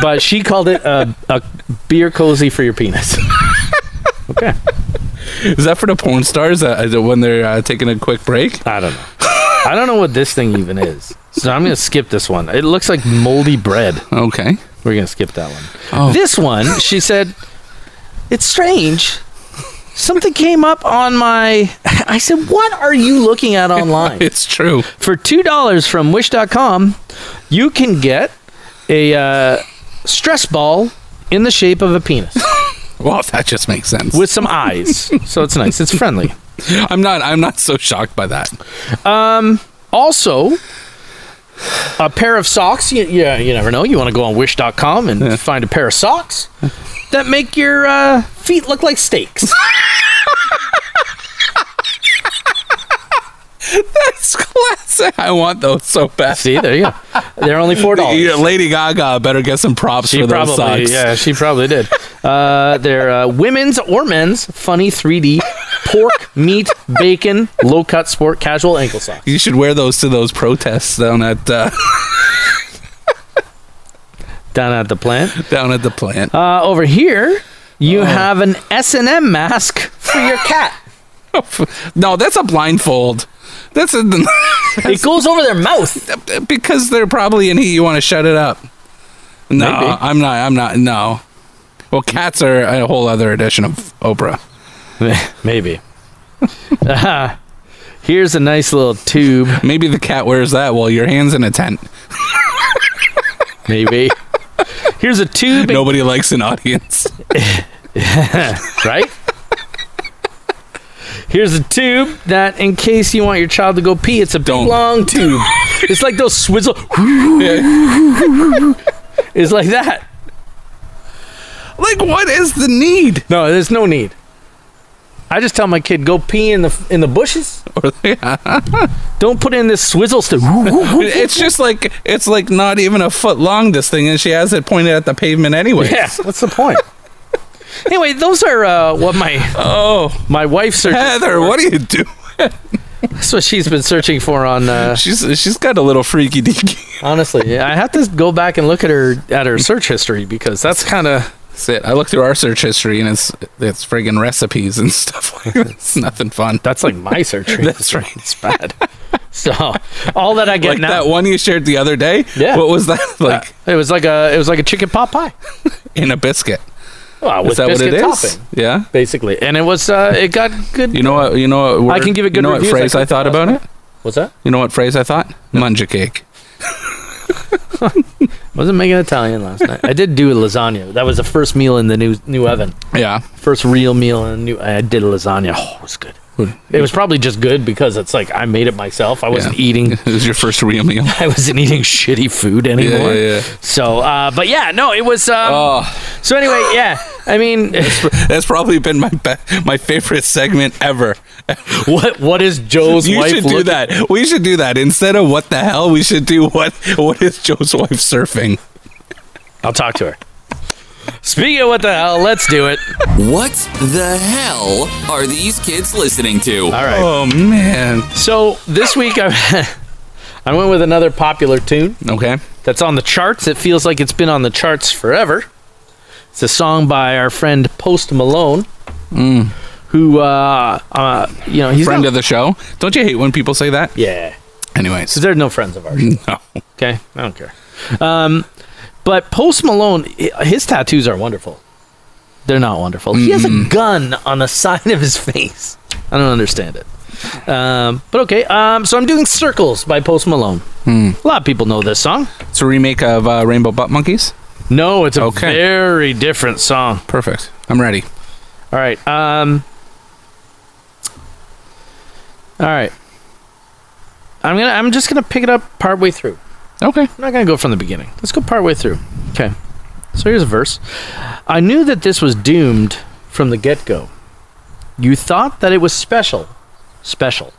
Speaker 2: but she called it a, a beer cozy for your penis. Okay,
Speaker 3: Is that for the porn stars uh, is it when they're uh, taking a quick break?
Speaker 2: I don't know. I don't know what this thing even is. So I'm gonna skip this one. It looks like moldy bread.
Speaker 3: Okay.
Speaker 2: We're gonna skip that one.
Speaker 3: Oh.
Speaker 2: This one, she said, it's strange. Something came up on my. I said, what are you looking at online?
Speaker 3: It's true.
Speaker 2: for two dollars from Wish.com, you can get a uh, stress ball in the shape of a penis
Speaker 3: Well, that just makes sense.
Speaker 2: with some eyes. So it's nice. It's friendly.
Speaker 3: I'm not. I'm not so shocked by that.
Speaker 2: Also, a pair of socks. You, yeah, you never know. You want to go on Wish.com and find a pair of socks that make your uh, feet look like steaks.
Speaker 3: It's classic. I want those so bad.
Speaker 2: See, there you go. They're only four
Speaker 3: Yeah,
Speaker 2: dollars.
Speaker 3: Lady Gaga better get some props
Speaker 2: She
Speaker 3: for those
Speaker 2: probably,
Speaker 3: socks.
Speaker 2: yeah, she probably did. Uh, they're uh, women's or men's funny 3D pork, meat, bacon, low cut sport, casual ankle socks.
Speaker 3: You should wear those to those protests down at uh,
Speaker 2: Down at the plant.
Speaker 3: down at the plant.
Speaker 2: Uh, over here, you have an S and M mask for your cat.
Speaker 3: no, that's a blindfold. That's a,
Speaker 2: it goes over their mouth.
Speaker 3: because they're probably in heat. You want to shut it up. No,
Speaker 2: Maybe.
Speaker 3: I'm not. I'm not. No. Well, cats are a whole other edition of Oprah.
Speaker 2: Maybe. Uh, here's a nice little tube.
Speaker 3: Maybe the cat wears that while your hands in a tent.
Speaker 2: Maybe. Here's a tube.
Speaker 3: Nobody likes an audience.
Speaker 2: right? Here's a tube that, in case you want your child to go pee, it's a big
Speaker 3: Don't.
Speaker 2: long tube. it's like those swizzle. it's like that.
Speaker 3: like, what is the need?
Speaker 2: No, there's no need. I just tell my kid go pee in the in the bushes.
Speaker 3: Or- yeah.
Speaker 2: Don't put in this swizzle stuff.
Speaker 3: It's just like it's like not even a foot long. This thing, and she has it pointed at the pavement anyway.
Speaker 2: yeah, what's the point? anyway, those are uh, what my
Speaker 3: Oh,
Speaker 2: my wife search.
Speaker 3: Heather, what do you do?
Speaker 2: That's what she's been searching for on. Uh,
Speaker 3: She's she's got a little freaky deaky.
Speaker 2: honestly, I have to go back and look at her at her search history because that's kind of
Speaker 3: That's it. I look through our search history, and it's it's friggin' recipes and stuff like that. It's nothing fun.
Speaker 2: That's like my surgery.
Speaker 3: That's right.
Speaker 2: It's bad. So all that I get
Speaker 3: Like
Speaker 2: now,
Speaker 3: that one you shared the other day.
Speaker 2: Yeah.
Speaker 3: What was that like
Speaker 2: it was like a it was like a chicken pot pie.
Speaker 3: in a biscuit?
Speaker 2: Well,
Speaker 3: Is
Speaker 2: with
Speaker 3: that what
Speaker 2: biscuit
Speaker 3: it is?
Speaker 2: topping,
Speaker 3: Yeah.
Speaker 2: basically. And it was uh, it got good.
Speaker 3: You know what? You know what? word-
Speaker 2: can give it
Speaker 3: You
Speaker 2: good
Speaker 3: know
Speaker 2: reviews,
Speaker 3: what phrase
Speaker 2: I
Speaker 3: I,
Speaker 2: think,
Speaker 3: thought
Speaker 2: last
Speaker 3: about
Speaker 2: night.
Speaker 3: it?
Speaker 2: What's that?
Speaker 3: You know what phrase I thought? Munja cake.
Speaker 2: Wasn't making Italian last night. I did do lasagna. That was the first meal in the new new oven.
Speaker 3: Yeah.
Speaker 2: First real meal in the new. I did lasagna. Oh, it was good. It was probably just good because it's like I made it myself. I wasn't
Speaker 3: Yeah.
Speaker 2: eating.
Speaker 3: It was your first real meal.
Speaker 2: I wasn't eating shitty food anymore.
Speaker 3: yeah, yeah.
Speaker 2: So, uh, but yeah, no, it was. Um,
Speaker 3: Oh,
Speaker 2: So anyway, yeah. I mean,
Speaker 3: that's probably been my be- my favorite segment ever.
Speaker 2: what what is Joe's
Speaker 3: You
Speaker 2: wife?
Speaker 3: should do
Speaker 2: look-
Speaker 3: that. We should do that instead of what the hell. We should do what what is Joe's wife surfing?
Speaker 2: I'll talk to her. Speaking of what the hell, let's do it.
Speaker 1: What the hell are these kids listening to?
Speaker 2: All right.
Speaker 3: Oh man.
Speaker 2: So this week I I went with another popular tune
Speaker 3: Okay.
Speaker 2: that's on the charts. It feels like it's been on the charts forever. It's a song by our friend Post Malone, Mm. who uh, uh, you know he's
Speaker 3: Friend
Speaker 2: not-
Speaker 3: of the show. Don't you hate when people say that?
Speaker 2: yeah.
Speaker 3: Anyways.
Speaker 2: They're no friends of ours.
Speaker 3: No.
Speaker 2: Okay, I don't care. Um, but Post Malone, hi- his tattoos are wonderful. They're not wonderful. He has a gun on the side of his face. I don't understand it. Um, but okay, um, so I'm doing Circles by Post Malone. A lot of people know this song.
Speaker 3: It's a remake of uh, Rainbow Butt Monkeys.
Speaker 2: No, it's a
Speaker 3: Okay.
Speaker 2: very different song.
Speaker 3: Perfect. I'm ready.
Speaker 2: All right. Um. All right. I'm gonna. I'm just gonna pick it up partway through.
Speaker 3: Okay.
Speaker 2: I'm not gonna go from the beginning. Let's go partway through. Okay. So here's a verse. I knew that this was doomed from the get go. You thought that it was special, special.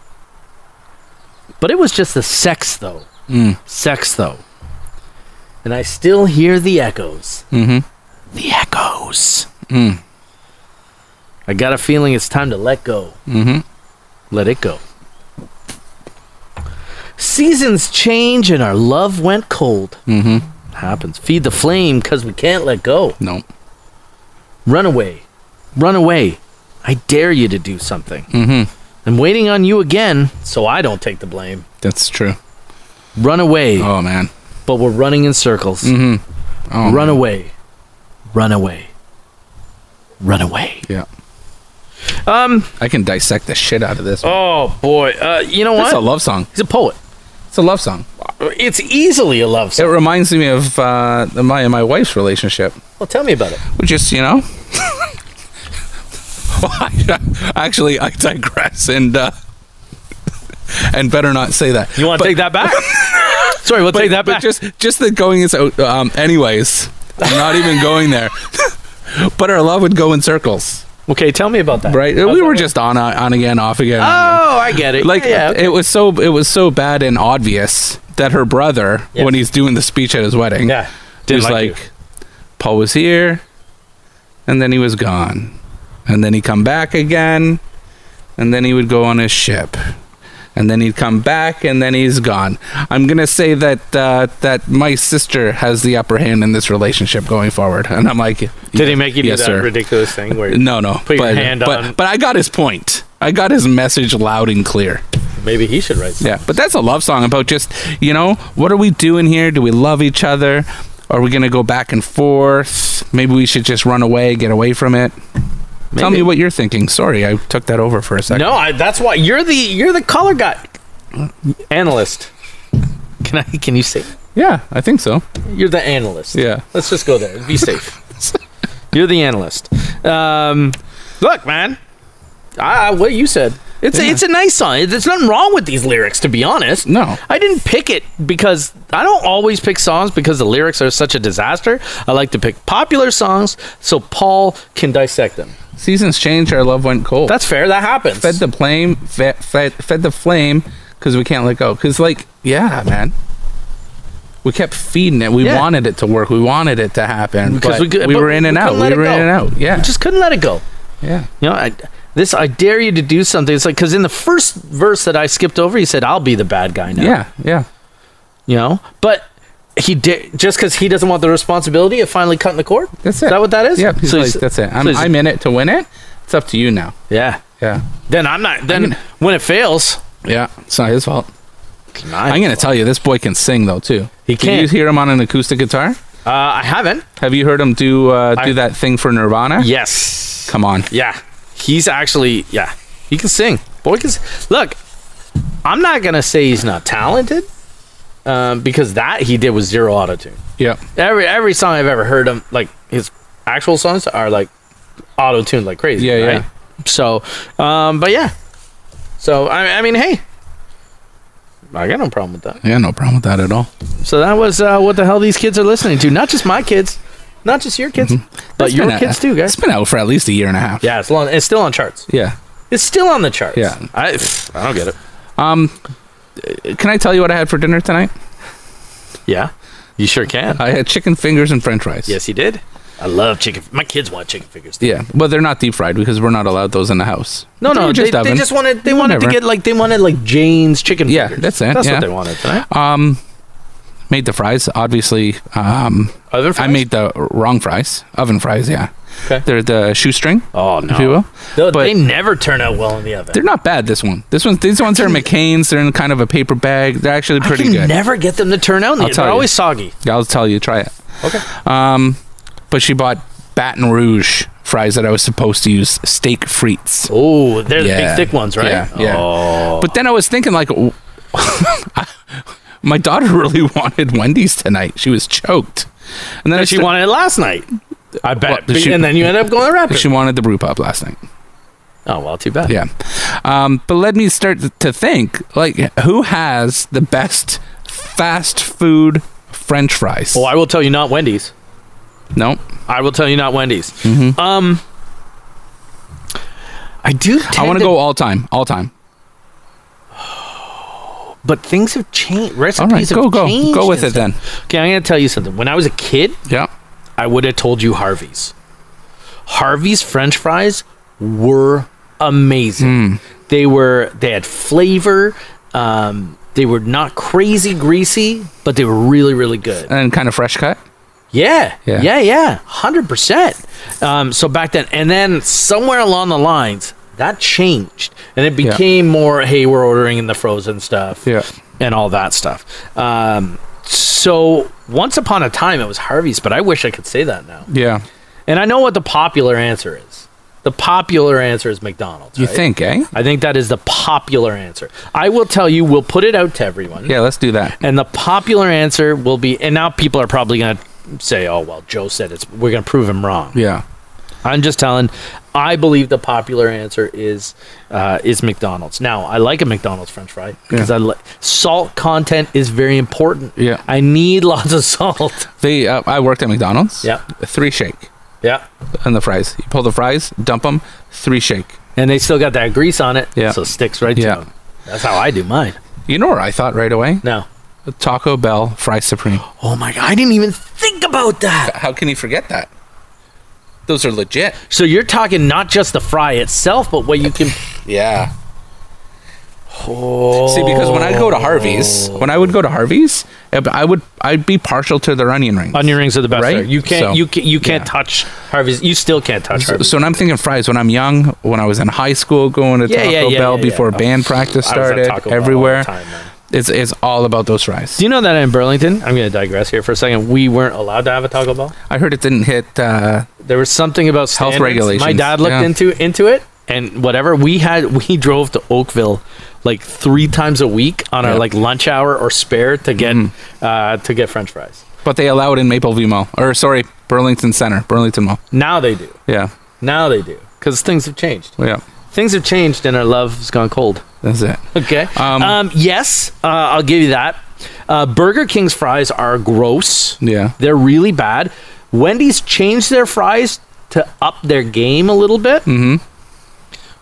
Speaker 2: But it was just the sex, though. Sex, though. And I still hear the echoes. Mm-hmm. Mm. The echoes. I got a feeling it's time to let go. Mm-hmm. Let it go. Seasons change and our love went cold. Mm-hmm. Happens. Feed the flame because we can't let go.
Speaker 3: No.
Speaker 2: Run away. Run away. I dare you to do something. Mm-hmm. I'm waiting on you again, so I don't take the blame.
Speaker 3: That's true.
Speaker 2: Run away.
Speaker 3: Oh man.
Speaker 2: But we're running in circles.
Speaker 3: Oh.
Speaker 2: Run away. Run away. Run away.
Speaker 3: Yeah. Um. I can dissect the shit out of this.
Speaker 2: Oh, boy. Uh, you know
Speaker 3: It's
Speaker 2: what?
Speaker 3: a love song.
Speaker 2: He's a poet.
Speaker 3: It's a love song.
Speaker 2: It's easily a love
Speaker 3: It
Speaker 2: song.
Speaker 3: reminds me of uh, my and my wife's relationship.
Speaker 2: Well, tell me about it.
Speaker 3: We just, you know. Well, I- Actually, I digress, and uh, and better not say that.
Speaker 2: You want
Speaker 3: But-
Speaker 2: to take that back? Sorry, we'll
Speaker 3: but-
Speaker 2: take that
Speaker 3: but
Speaker 2: back.
Speaker 3: Just just the going is. out- Um, anyways, I'm not even going there. but our love would go in circles,
Speaker 2: okay, tell me about that.
Speaker 3: right?
Speaker 2: How's
Speaker 3: we
Speaker 2: that
Speaker 3: were
Speaker 2: work?
Speaker 3: just on uh, on again, off again. on again.
Speaker 2: Oh, I get it.
Speaker 3: like
Speaker 2: Like, yeah, okay.
Speaker 3: it was so it was so bad and obvious that her brother
Speaker 2: Yes.
Speaker 3: when he's doing the speech at his wedding
Speaker 2: Yeah.
Speaker 3: he
Speaker 2: Didn't
Speaker 3: was
Speaker 2: like
Speaker 3: like, paul was here and then he was gone and then he'd come back again and then he would go on his ship and then he'd come back and then he's gone i'm gonna say that uh, that my sister has the upper hand in this relationship going forward and i'm like
Speaker 2: Did he make you do
Speaker 3: yes,
Speaker 2: that
Speaker 3: sir.
Speaker 2: ridiculous thing where
Speaker 3: no no
Speaker 2: Put your
Speaker 3: but,
Speaker 2: hand
Speaker 3: but,
Speaker 2: on-
Speaker 3: but i got his point i got his message loud and clear
Speaker 2: maybe he should write?
Speaker 3: yeah, but that's a love song about just, you know, what are we doing here? Do we love each other? Are we going to go back and forth? Maybe we should just run away, get away from it. Tell
Speaker 2: Maybe.
Speaker 3: me what you're thinking. Sorry, I took that over for a second.
Speaker 2: No, I, that's why you're the you're the color guy analyst. Can I? Can you say
Speaker 3: Yeah, I think so.
Speaker 2: you're the analyst?
Speaker 3: Yeah.
Speaker 2: Let's just go there. Be safe. you're the analyst. Um, look, man. Ah, what you said. It's a, it's a nice song. There's nothing wrong with these lyrics, to be honest.
Speaker 3: No.
Speaker 2: I didn't pick it because I don't always pick songs because the lyrics are such a disaster. I like to pick popular songs so Paul can dissect them.
Speaker 3: Seasons change, our love went cold.
Speaker 2: That's fair. That happens.
Speaker 3: fed the flame, fed, fed, fed the flame cuz we can't let go. Cuz like, yeah, man. We kept feeding it. We
Speaker 2: Yeah.
Speaker 3: wanted it to work. We wanted it to happen.
Speaker 2: Because
Speaker 3: Because
Speaker 2: we
Speaker 3: we,
Speaker 2: could-
Speaker 3: we
Speaker 2: but
Speaker 3: were in
Speaker 2: we
Speaker 3: and out.
Speaker 2: couldn't let
Speaker 3: We
Speaker 2: it
Speaker 3: were in
Speaker 2: go.
Speaker 3: and out. Yeah.
Speaker 2: just couldn't let it go.
Speaker 3: yeah.
Speaker 2: You know, I, this I dare you to do something. It's like because in the first verse that I skipped over, he said, "I'll be the bad guy now."
Speaker 3: Yeah. Yeah.
Speaker 2: you know, but he did just because he doesn't want the responsibility of finally cutting the cord.
Speaker 3: That's it.
Speaker 2: Is that what that is?
Speaker 3: Yeah, he's
Speaker 2: So
Speaker 3: like,
Speaker 2: he's-
Speaker 3: that's it. I'm,
Speaker 2: so he's-
Speaker 3: I'm in it to win it. It's up to you now.
Speaker 2: yeah.
Speaker 3: Yeah.
Speaker 2: Then I'm not. Then
Speaker 3: gonna-
Speaker 2: when it fails,
Speaker 3: Yeah. It's not his fault. I'm going to tell you, this boy can sing, though, too.
Speaker 2: He
Speaker 3: Did
Speaker 2: can.
Speaker 3: you hear him on an acoustic guitar?
Speaker 2: Uh, I haven't.
Speaker 3: Have you heard him do uh,
Speaker 2: I-
Speaker 3: do that thing for Nirvana?
Speaker 2: Yes.
Speaker 3: Come on.
Speaker 2: Yeah. He's actually yeah. He can sing. Boy can s- look. I'm not gonna say he's not talented. um, because that he did was zero auto tune.
Speaker 3: Yeah.
Speaker 2: Every every song I've ever heard him like his actual songs are like auto tuned like crazy.
Speaker 3: Yeah, yeah.
Speaker 2: right? So, um, but yeah. So I, I mean, hey, I got no problem with that.
Speaker 3: Yeah, no problem with that at all.
Speaker 2: So that was uh, what the hell these kids are listening to. Not just my kids, not just your kids, but
Speaker 3: It's
Speaker 2: your
Speaker 3: been out-
Speaker 2: kids too, guys.
Speaker 3: It's been out for at least a year and a half.
Speaker 2: yeah, it's long. It's still on charts.
Speaker 3: Yeah.
Speaker 2: It's still on the charts.
Speaker 3: Yeah.
Speaker 2: I pff, I don't get it.
Speaker 3: Can I tell you what I had for dinner tonight?
Speaker 2: Yeah, you sure can.
Speaker 3: I had chicken fingers and french fries.
Speaker 2: yes, he did. I love chicken. My kids want chicken figures.
Speaker 3: Yeah, but they're not deep fried because we're not allowed those in the house.
Speaker 2: No,
Speaker 3: They're
Speaker 2: no, they, they
Speaker 3: oven.
Speaker 2: just wanted they wanted
Speaker 3: Whatever.
Speaker 2: to get like they wanted like Jane's chicken.
Speaker 3: Yeah,
Speaker 2: fingers.
Speaker 3: that's it,
Speaker 2: That's
Speaker 3: yeah. Uh,
Speaker 2: what they wanted tonight.
Speaker 3: made the fries. Obviously, um,
Speaker 2: Oven fries?
Speaker 3: I made the wrong fries, oven fries. Yeah,
Speaker 2: Okay.
Speaker 3: they're the shoestring.
Speaker 2: Oh no,
Speaker 3: if you will.
Speaker 2: They-
Speaker 3: But-
Speaker 2: they never turn out well in the oven.
Speaker 3: They're not bad. This one, this one, these ones are McCain's. They're in kind of a paper bag. They're actually pretty
Speaker 2: I can
Speaker 3: good.
Speaker 2: never get them to turn out. In the
Speaker 3: I'll
Speaker 2: oven.
Speaker 3: tell
Speaker 2: They're
Speaker 3: you.
Speaker 2: always soggy.
Speaker 3: I'll tell you, try it.
Speaker 2: Okay.
Speaker 3: Um, but she bought Baton Rouge fries that I was supposed to use steak frites.
Speaker 2: Oh, they're the
Speaker 3: Yeah.
Speaker 2: big thick ones, right?
Speaker 3: Yeah, yeah.
Speaker 2: Oh.
Speaker 3: But then I was thinking, like, w- my daughter really wanted Wendy's tonight. She was choked, and then I
Speaker 2: She
Speaker 3: sta-
Speaker 2: wanted it last night. I bet.
Speaker 3: Well, she-
Speaker 2: and then you end up going to wrap it.
Speaker 3: she wanted the brew pop last night.
Speaker 2: oh well, too bad.
Speaker 3: Yeah, um, but let me start to think, like, who has the best fast food French fries?
Speaker 2: Well, I will tell you, not Wendy's.
Speaker 3: no,
Speaker 2: I will tell you, not Wendy's. Um, I do. Tend
Speaker 3: Mm-hmm. I want to go all time, all time.
Speaker 2: but things have changed.
Speaker 3: All
Speaker 2: Recipes
Speaker 3: right,
Speaker 2: have
Speaker 3: go go
Speaker 2: changed
Speaker 3: go with
Speaker 2: and
Speaker 3: it then.
Speaker 2: stuff. Okay, I'm gonna tell you something. When I was a kid,
Speaker 3: Yeah,
Speaker 2: I would have told you Harvey's. Harvey's French fries were amazing.
Speaker 3: Hmm.
Speaker 2: They were they had flavor. Um, they were not crazy greasy, but they were really really good.
Speaker 3: and kind of fresh cut.
Speaker 2: Yeah,
Speaker 3: Yeah.
Speaker 2: yeah, yeah, hundred percent. Um, so back then, and then somewhere along the lines, that changed, and it became more, hey, we're ordering in the frozen stuff,
Speaker 3: Yeah.
Speaker 2: and all that stuff. Um, so once upon a time, it was Harvey's, but I wish I could say that now.
Speaker 3: Yeah,
Speaker 2: And I know what the popular answer is. The popular answer is McDonald's.
Speaker 3: you
Speaker 2: right?
Speaker 3: think, eh?
Speaker 2: I think that is the popular answer. I will tell you. We'll put it out to everyone.
Speaker 3: Yeah, let's do that.
Speaker 2: And the popular answer will be, and now people are probably going to say, oh, well, Joe said it's, we're going to prove him wrong.
Speaker 3: Yeah,
Speaker 2: I'm just telling, I believe the popular answer is, uh, is McDonald's. Now, I like a McDonald's french fry because
Speaker 3: Yeah.
Speaker 2: I like, salt content is very important.
Speaker 3: Yeah.
Speaker 2: I need lots of salt.
Speaker 3: they. Uh, I worked at McDonald's.
Speaker 2: Yeah.
Speaker 3: three shake
Speaker 2: yeah.
Speaker 3: and the fries. You pull the fries, dump them, three shake.
Speaker 2: And they still got that grease on it.
Speaker 3: Yeah.
Speaker 2: So it sticks right
Speaker 3: Yeah.
Speaker 2: to them. That's how I do mine.
Speaker 3: You know where I thought right away?
Speaker 2: Now,
Speaker 3: Taco Bell Fry Supreme.
Speaker 2: oh my God, I didn't even think about that.
Speaker 3: How can you forget that? Those are legit.
Speaker 2: So you're talking not just the fry itself, but what you can.
Speaker 3: Yeah. See, because when I go to Harvey's,
Speaker 2: Oh.
Speaker 3: when I would go to Harvey's, I- I would I'd be partial to their onion rings.
Speaker 2: Onion rings are the best.
Speaker 3: Right?
Speaker 2: Right? You can't
Speaker 3: So,
Speaker 2: you can, you can't
Speaker 3: yeah.
Speaker 2: touch Harvey's. You still can't touch Harvey's.
Speaker 3: So when I'm thinking fries, when I'm young, when I was in high school, going to
Speaker 2: Yeah,
Speaker 3: Taco
Speaker 2: yeah, yeah,
Speaker 3: Bell
Speaker 2: yeah,
Speaker 3: before
Speaker 2: yeah.
Speaker 3: band practice
Speaker 2: I was at
Speaker 3: started,
Speaker 2: Taco Bell all the
Speaker 3: everywhere,
Speaker 2: time, man.
Speaker 3: it's it's all about those fries.
Speaker 2: Do you know that in Burlington? I'm going to digress here for a second. We weren't allowed to have a Taco Bell.
Speaker 3: I heard it didn't hit. Uh,
Speaker 2: There was something about
Speaker 3: Health
Speaker 2: standards. My
Speaker 3: regulations,
Speaker 2: dad looked
Speaker 3: yeah.
Speaker 2: into into it and whatever. We had we drove to Oakville like three times a week on our
Speaker 3: Yeah. Mm-hmm.
Speaker 2: like lunch hour or spare to get uh, to get French fries.
Speaker 3: but they allow it in Mapleview Mall, or sorry, Burlington Center, Burlington Mall.
Speaker 2: Now they do.
Speaker 3: Yeah,
Speaker 2: Now they do because things have changed.
Speaker 3: yeah,
Speaker 2: Things have changed and our love has gone cold.
Speaker 3: that's it.
Speaker 2: Okay.
Speaker 3: Um,
Speaker 2: Um, yes, uh, I'll give you that. Uh, Burger King's fries are gross.
Speaker 3: Yeah.
Speaker 2: They're really bad. Wendy's changed their fries to up their game a little bit. Mm-hmm.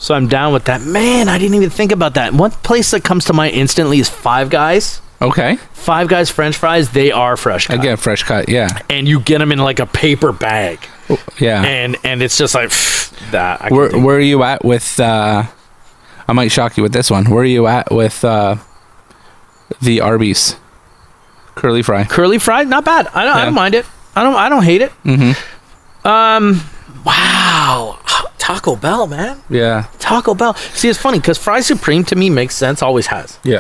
Speaker 2: So I'm down with that. Man, I didn't even think about that. One place that comes to mind instantly is Five Guys.
Speaker 3: Okay,
Speaker 2: Five Guys French fries, they are fresh
Speaker 3: I
Speaker 2: cut.
Speaker 3: get fresh cut. Yeah,
Speaker 2: And you get them in like a paper bag.
Speaker 3: yeah.
Speaker 2: And and it's just like that. I can
Speaker 3: where
Speaker 2: do.
Speaker 3: where are you at with uh I might shock you with this one. Where are you at with uh the Arby's curly fry?
Speaker 2: curly fried not bad i don't, I
Speaker 3: Yeah.
Speaker 2: don't mind it i don't i don't hate it mm-hmm. um wow taco bell man
Speaker 3: Yeah.
Speaker 2: taco bell see it's funny because fry supreme to me makes sense always has
Speaker 3: Yeah.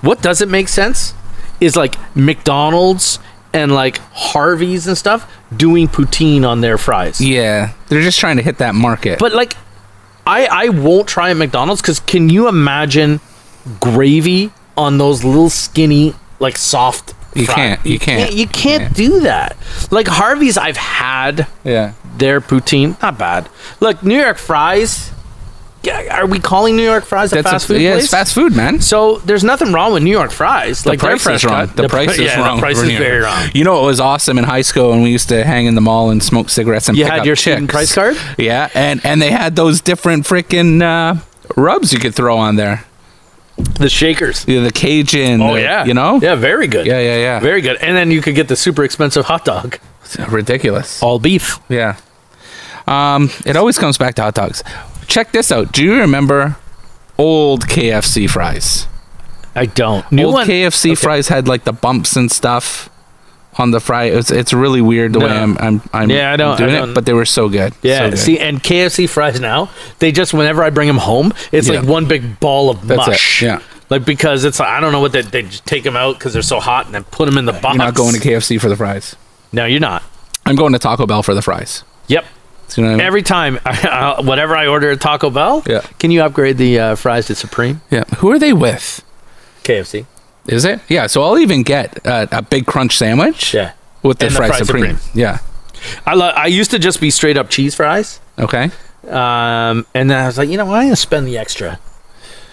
Speaker 2: what doesn't make sense is like mcdonald's and like harvey's and stuff doing poutine on their fries
Speaker 3: Yeah. They're just trying to hit that market.
Speaker 2: but like i i won't try at mcdonald's because can you imagine gravy on those little skinny like soft.
Speaker 3: You
Speaker 2: fried.
Speaker 3: can't, you can't,
Speaker 2: You can't do that. Like Harvey's, I've had
Speaker 3: Yeah.
Speaker 2: their poutine, not bad. Look, New York fries. Yeah, are we calling New York fries a
Speaker 3: That's
Speaker 2: fast
Speaker 3: a,
Speaker 2: food
Speaker 3: yeah,
Speaker 2: place?
Speaker 3: it's fast food, man.
Speaker 2: So there's nothing wrong with New York fries. like they're
Speaker 3: price
Speaker 2: fresh
Speaker 3: is wrong.
Speaker 2: cut.
Speaker 3: The,
Speaker 2: pri-
Speaker 3: price is
Speaker 2: yeah,
Speaker 3: wrong.
Speaker 2: The price
Speaker 3: for
Speaker 2: is
Speaker 3: New
Speaker 2: very
Speaker 3: York.
Speaker 2: wrong.
Speaker 3: You know, it was awesome in high school, and we used to hang in the mall and smoke cigarettes and
Speaker 2: You
Speaker 3: pick
Speaker 2: had
Speaker 3: up
Speaker 2: your
Speaker 3: chicks.
Speaker 2: student price card?
Speaker 3: Yeah, and and they had those different freaking uh, rubs you could throw on there.
Speaker 2: The shakers.
Speaker 3: You know, the Cajun.
Speaker 2: Oh
Speaker 3: the-
Speaker 2: yeah.
Speaker 3: you know.
Speaker 2: Yeah, very good.
Speaker 3: yeah, yeah, yeah.
Speaker 2: Very good. And then you could get the super expensive hot dog.
Speaker 3: ridiculous.
Speaker 2: All beef.
Speaker 3: Yeah. Um, it always comes back to hot dogs. Check this out. Do you remember old KFC fries?
Speaker 2: I don't. New
Speaker 3: old
Speaker 2: one.
Speaker 3: KFC fries had like the bumps and stuff on the fry. It's it's really weird the
Speaker 2: No.
Speaker 3: way I'm I'm, I'm
Speaker 2: Yeah, I don't-
Speaker 3: doing
Speaker 2: I
Speaker 3: it,
Speaker 2: don't-
Speaker 3: but they were so good.
Speaker 2: yeah.
Speaker 3: So good.
Speaker 2: See, and KFC fries now, they just whenever I bring them home, it's
Speaker 3: Yeah.
Speaker 2: like one big ball of
Speaker 3: That's it,
Speaker 2: mush.
Speaker 3: yeah.
Speaker 2: Like because it's I don't know what they they just take them out because they're so hot and then put them in the box.
Speaker 3: you're not going to KFC for the fries.
Speaker 2: No, you're not.
Speaker 3: I'm going to Taco Bell for the fries.
Speaker 2: Yep.
Speaker 3: Do you know what I mean?
Speaker 2: Every time, uh, whatever I order at Taco Bell,
Speaker 3: Yeah.
Speaker 2: can you upgrade the uh, fries to Supreme?
Speaker 3: yeah. Who are they with?
Speaker 2: KFC.
Speaker 3: Is it? Yeah. So I'll even get uh, a big crunch sandwich.
Speaker 2: Yeah.
Speaker 3: With the
Speaker 2: And the
Speaker 3: fries
Speaker 2: fries
Speaker 3: supreme.
Speaker 2: supreme.
Speaker 3: Yeah.
Speaker 2: I lo- I used to just be straight up cheese fries,
Speaker 3: Okay.
Speaker 2: um, and then I was like, you know, what? I'm gonna spend the extra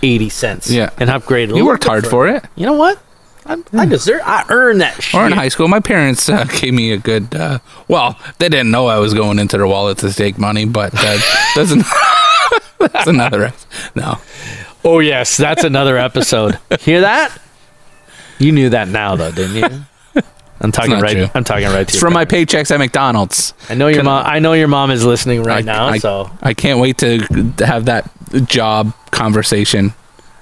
Speaker 2: eighty cents,
Speaker 3: Yeah.
Speaker 2: and upgrade. A
Speaker 3: You
Speaker 2: little
Speaker 3: worked
Speaker 2: bit
Speaker 3: hard for it.
Speaker 2: You know what? I, I deserve. I earn that shit.
Speaker 3: Hmm. Or in high school, my parents uh, gave me a good. Uh, well, they didn't know I was going into their wallet to take money, but that doesn't. that's another. No,
Speaker 2: oh yes, that's another episode. Hear that? You knew that now, though, didn't you? I'm talking
Speaker 3: not
Speaker 2: right.
Speaker 3: true.
Speaker 2: I'm talking right to
Speaker 3: it's
Speaker 2: you.
Speaker 3: from my paychecks at McDonald's
Speaker 2: I know your mom. I know your mom is listening right
Speaker 3: I,
Speaker 2: now.
Speaker 3: I,
Speaker 2: so
Speaker 3: I can't wait to to have that job conversation,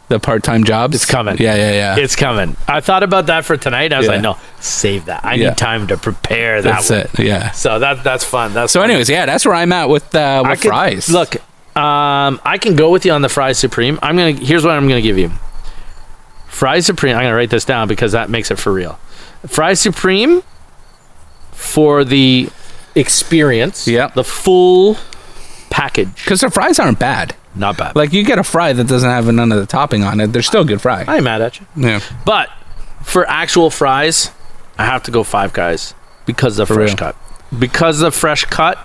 Speaker 3: the part-time jobs.
Speaker 2: It's coming.
Speaker 3: Yeah, yeah, yeah.
Speaker 2: It's coming. I thought about that for tonight. I was
Speaker 3: Yeah.
Speaker 2: like, no, save that. I
Speaker 3: Yeah.
Speaker 2: need time to prepare that.
Speaker 3: that's
Speaker 2: one.
Speaker 3: it. Yeah.
Speaker 2: So that that's fun. That's
Speaker 3: So,
Speaker 2: fun.
Speaker 3: anyways, yeah, that's where I'm at with uh,
Speaker 2: I
Speaker 3: with
Speaker 2: could-
Speaker 3: fries.
Speaker 2: Look, um, I can go with you on the fries supreme. I'm gonna. Here's what I'm gonna give you. Fries supreme. I'm gonna write this down because that makes it for real. Fries supreme for the experience.
Speaker 3: Yeah.
Speaker 2: The full package.
Speaker 3: because the fries aren't bad.
Speaker 2: Not bad.
Speaker 3: Like you get a fry that doesn't have none of the topping on it, they're still good fry.
Speaker 2: I ain't mad at you.
Speaker 3: Yeah.
Speaker 2: But for actual fries, I have to go Five Guys because of the fresh
Speaker 3: real.
Speaker 2: cut. Because of the fresh cut,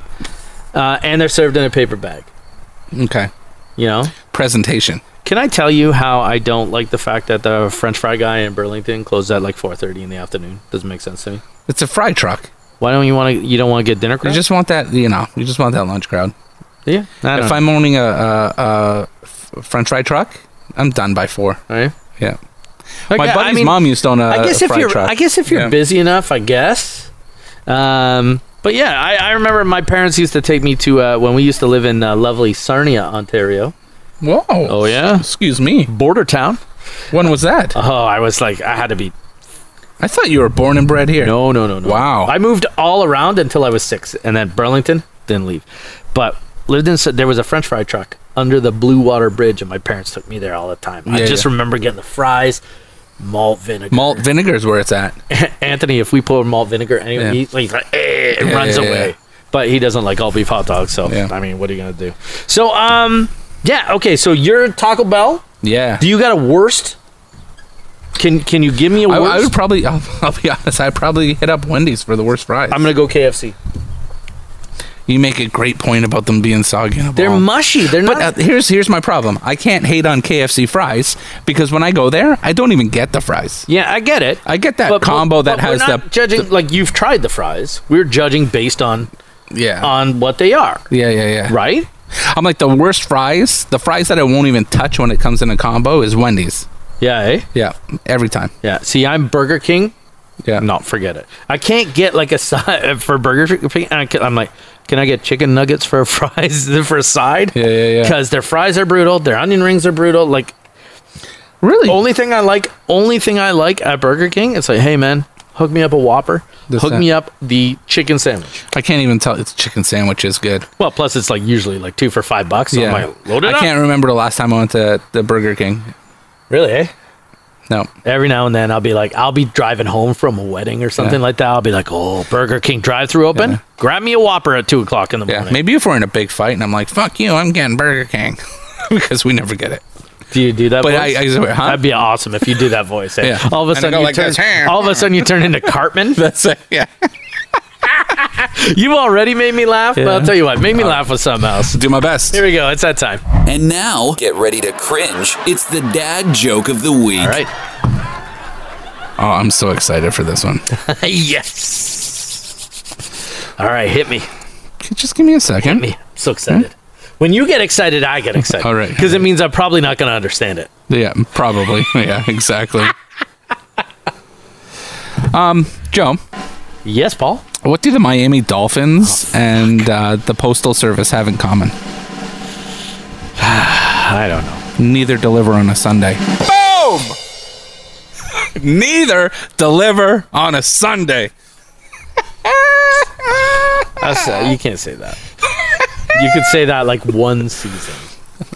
Speaker 2: uh, and they're served in a paper bag.
Speaker 3: Okay.
Speaker 2: You know.
Speaker 3: Presentation.
Speaker 2: Can I tell you how I don't like the fact that the French fry guy in Burlington closed at like 4:30 in the afternoon? Doesn't make sense to me.
Speaker 3: It's a fry truck.
Speaker 2: Why don't you want to? You don't want to get dinner
Speaker 3: You
Speaker 2: crowd?
Speaker 3: just want that, you know. You just want that lunch crowd.
Speaker 2: yeah. I don't
Speaker 3: If
Speaker 2: know.
Speaker 3: I'm owning a, a, a f- French fry truck, I'm done by four.
Speaker 2: All right.
Speaker 3: Yeah,
Speaker 2: Like,
Speaker 3: my
Speaker 2: I
Speaker 3: buddy's
Speaker 2: mean,
Speaker 3: mom used to own a,
Speaker 2: I guess
Speaker 3: a
Speaker 2: if
Speaker 3: fry
Speaker 2: you're,
Speaker 3: truck.
Speaker 2: I guess if you're
Speaker 3: Yeah.
Speaker 2: busy enough, I guess. Um, but yeah, I, I remember my parents used to take me to uh, when we used to live in uh, lovely Sarnia, Ontario.
Speaker 3: Whoa!
Speaker 2: Oh, yeah?
Speaker 3: Excuse me.
Speaker 2: border town.
Speaker 3: When was that?
Speaker 2: Oh, I was like, I had to be.
Speaker 3: I thought you were born and bred here.
Speaker 2: No, no, no, no.
Speaker 3: Wow.
Speaker 2: I moved all around until I was six, and then Burlington didn't leave, but lived in. There was a French fry truck under the Blue Water Bridge, and my parents took me there all the time. I
Speaker 3: Yeah,
Speaker 2: just
Speaker 3: yeah.
Speaker 2: remember getting the fries, malt vinegar.
Speaker 3: Malt vinegar is where it's at.
Speaker 2: Anthony, if we pour malt vinegar, anyway,
Speaker 3: Yeah.
Speaker 2: he's like, eh, it
Speaker 3: Yeah,
Speaker 2: runs
Speaker 3: yeah, yeah.
Speaker 2: away. But he doesn't like all beef hot dogs, so
Speaker 3: Yeah.
Speaker 2: I mean, what are you gonna do? So, um, yeah, okay. So you're Taco Bell.
Speaker 3: Yeah.
Speaker 2: Do you got a worst? Can Can you give me a
Speaker 3: I,
Speaker 2: worst?
Speaker 3: I would probably. I'll, I'll be honest. I probably hit up Wendy's for the worst fries.
Speaker 2: I'm gonna go KFC.
Speaker 3: you make a great point about them being soggy. in a
Speaker 2: They're
Speaker 3: ball.
Speaker 2: mushy. They're
Speaker 3: But
Speaker 2: not.
Speaker 3: uh, here's here's my problem. I can't hate on KFC fries because when I go there, I don't even get the fries.
Speaker 2: yeah, I get it.
Speaker 3: I get that
Speaker 2: But- but-
Speaker 3: combo that
Speaker 2: but we're
Speaker 3: has
Speaker 2: not
Speaker 3: the
Speaker 2: judging like you've tried the fries. We're judging based on
Speaker 3: yeah
Speaker 2: on what they are,
Speaker 3: yeah yeah yeah.
Speaker 2: Uh, right?
Speaker 3: I'm like the worst fries. The fries that I won't even touch when it comes in a combo is Wendy's.
Speaker 2: Yeah, eh?
Speaker 3: Yeah, every time.
Speaker 2: yeah. See, I'm Burger King.
Speaker 3: Yeah,
Speaker 2: Not forget it. I can't get like a side for Burger King. I can- I'm like, can I get chicken nuggets for fries for a side?
Speaker 3: Yeah, yeah, yeah.
Speaker 2: Because their fries are brutal. Their onion rings are brutal. Like
Speaker 3: really.
Speaker 2: only thing I like, only thing I like at Burger King, it's like, hey man, hook me up a Whopper.
Speaker 3: The
Speaker 2: hook
Speaker 3: sa-
Speaker 2: me up the chicken sandwich.
Speaker 3: I can't even tell. It's chicken sandwich is good.
Speaker 2: Well, plus it's like usually like two for five bucks. So
Speaker 3: Yeah,
Speaker 2: I'm like, load it
Speaker 3: I
Speaker 2: up.
Speaker 3: can't remember the last time I went to the Burger King.
Speaker 2: Really? Eh?
Speaker 3: No,
Speaker 2: Every now and then I'll be like, I'll be driving home from a wedding or something
Speaker 3: Yeah.
Speaker 2: like that. I'll be like, oh, Burger King drive through open.
Speaker 3: Yeah.
Speaker 2: Grab me a Whopper at two o'clock in the
Speaker 3: yeah,
Speaker 2: morning.
Speaker 3: maybe if we're in a big fight and I'm like, "Fuck you, I'm getting Burger King," because we never get it.
Speaker 2: Do you do that?
Speaker 3: But
Speaker 2: voice?
Speaker 3: I- I swear, huh?
Speaker 2: That'd be awesome if you do that voice. eh?
Speaker 3: Yeah.
Speaker 2: All of a
Speaker 3: And I
Speaker 2: sudden,
Speaker 3: go
Speaker 2: you
Speaker 3: like
Speaker 2: turn.
Speaker 3: this, "Hey."
Speaker 2: all of a sudden, you turn into Cartman.
Speaker 3: That's it. Yeah.
Speaker 2: You've already made me laugh, but
Speaker 3: Yeah.
Speaker 2: I'll tell you what, make me laugh with something else.
Speaker 3: Do my best.
Speaker 2: Here we go. It's that time.
Speaker 1: And now, get ready to cringe. It's the dad joke of the week.
Speaker 2: All right.
Speaker 3: Oh, I'm so excited for this one.
Speaker 2: yes. All right, hit me.
Speaker 3: Just give me a second.
Speaker 2: Me. I'm so excited. When you get excited, I get excited.
Speaker 3: Hmm? All right.
Speaker 2: Because it means I'm probably not going to understand it.
Speaker 3: Yeah, probably. yeah, exactly. um, Joe,
Speaker 2: Yes, Paul.
Speaker 3: what do the Miami Dolphins and uh, the Postal Service have in common?
Speaker 2: I don't know.
Speaker 3: Neither deliver on a Sunday. Boom! Neither deliver on a Sunday.
Speaker 2: That's, uh, you can't say that. you could say that like one season.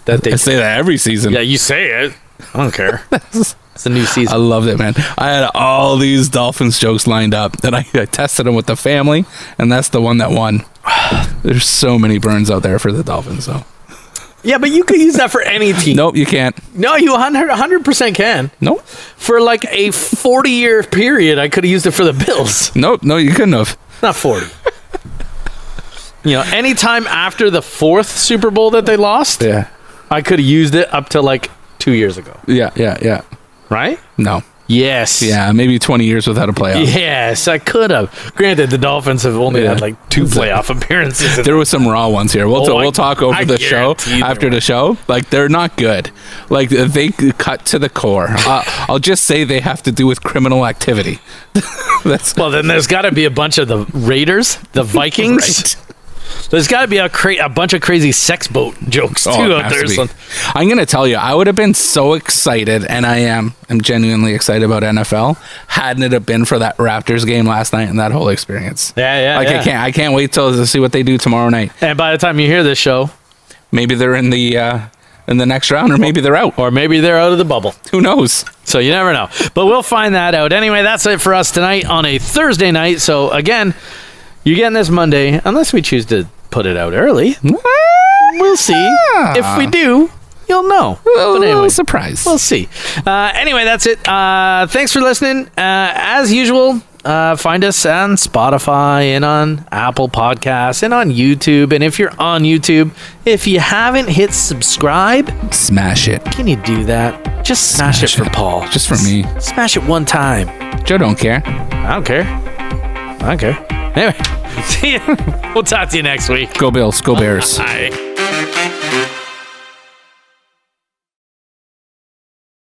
Speaker 2: That they.
Speaker 3: I say that every season.
Speaker 2: yeah, you say it. I don't care. it's a new
Speaker 3: I
Speaker 2: season.
Speaker 3: loved it, man. I had all these Dolphins jokes lined up, and I, I tested them with the family, and that's the one that won. There's so many burns out there for the Dolphins, though.
Speaker 2: yeah, but you could use that for any team.
Speaker 3: Nope, you can't.
Speaker 2: No, you 100, 100% can.
Speaker 3: Nope.
Speaker 2: For like a 40 year period, I could have used it for the Bills.
Speaker 3: Nope. No, you couldn't have.
Speaker 2: Not 40. you know, anytime after the fourth Super Bowl that they lost,
Speaker 3: Yeah.
Speaker 2: I could have used it up to like two years ago.
Speaker 3: Yeah. Yeah. Yeah.
Speaker 2: Right?
Speaker 3: No.
Speaker 2: Yes.
Speaker 3: Yeah. Maybe 20 years without a playoff.
Speaker 2: Yes, I could have. Granted, the Dolphins have only
Speaker 3: Yeah.
Speaker 2: had like two playoff appearances. in-
Speaker 3: There was some raw ones here. We'll,
Speaker 2: Oh, I-
Speaker 3: we'll talk over
Speaker 2: I
Speaker 3: the show
Speaker 2: guarantee there
Speaker 3: after
Speaker 2: were.
Speaker 3: the show. Like they're not good. Like they cut to the core. uh, I'll just say they have to do with criminal activity. That's
Speaker 2: well, then there's got to be a bunch of the Raiders, the Vikings. There's got to be a, cra- a bunch of crazy sex boat jokes too
Speaker 3: Oh, it
Speaker 2: out
Speaker 3: has
Speaker 2: there.
Speaker 3: to
Speaker 2: So-
Speaker 3: be. I'm gonna tell you, I would have been so excited, and I am. I'm genuinely excited about NFL. Hadn't it have been for that Raptors game last night and that whole experience?
Speaker 2: Yeah, yeah,
Speaker 3: Like
Speaker 2: yeah.
Speaker 3: I can't. I can't wait till to see what they do tomorrow night.
Speaker 2: and by the time you hear this show,
Speaker 3: Maybe they're in the uh, in the next round, or maybe they're out.
Speaker 2: or maybe they're out of the bubble.
Speaker 3: Who knows?
Speaker 2: So you never know. But we'll find that out. Anyway, that's it for us tonight on a Thursday night. So again, you're getting this Monday, unless we choose to put it out early. We'll see. If we do, you'll know.
Speaker 3: Ah. A
Speaker 2: But
Speaker 3: little
Speaker 2: anyway,
Speaker 3: surprise.
Speaker 2: we'll see. Uh, anyway, that's it. Uh, thanks for listening. Uh, as usual, uh, find us on Spotify and on Apple Podcasts and on YouTube. And if you're on YouTube, if you haven't hit subscribe,
Speaker 3: Smash it.
Speaker 2: can you do that? Just smash,
Speaker 3: Smash
Speaker 2: it for
Speaker 3: it.
Speaker 2: Paul.
Speaker 3: Just for me.
Speaker 2: S- Smash it one time.
Speaker 3: Joe don't care.
Speaker 2: I don't care. I don't care. Anyway, see you. We'll talk to you next week.
Speaker 3: Go Bills. Go Bears.
Speaker 2: Bye.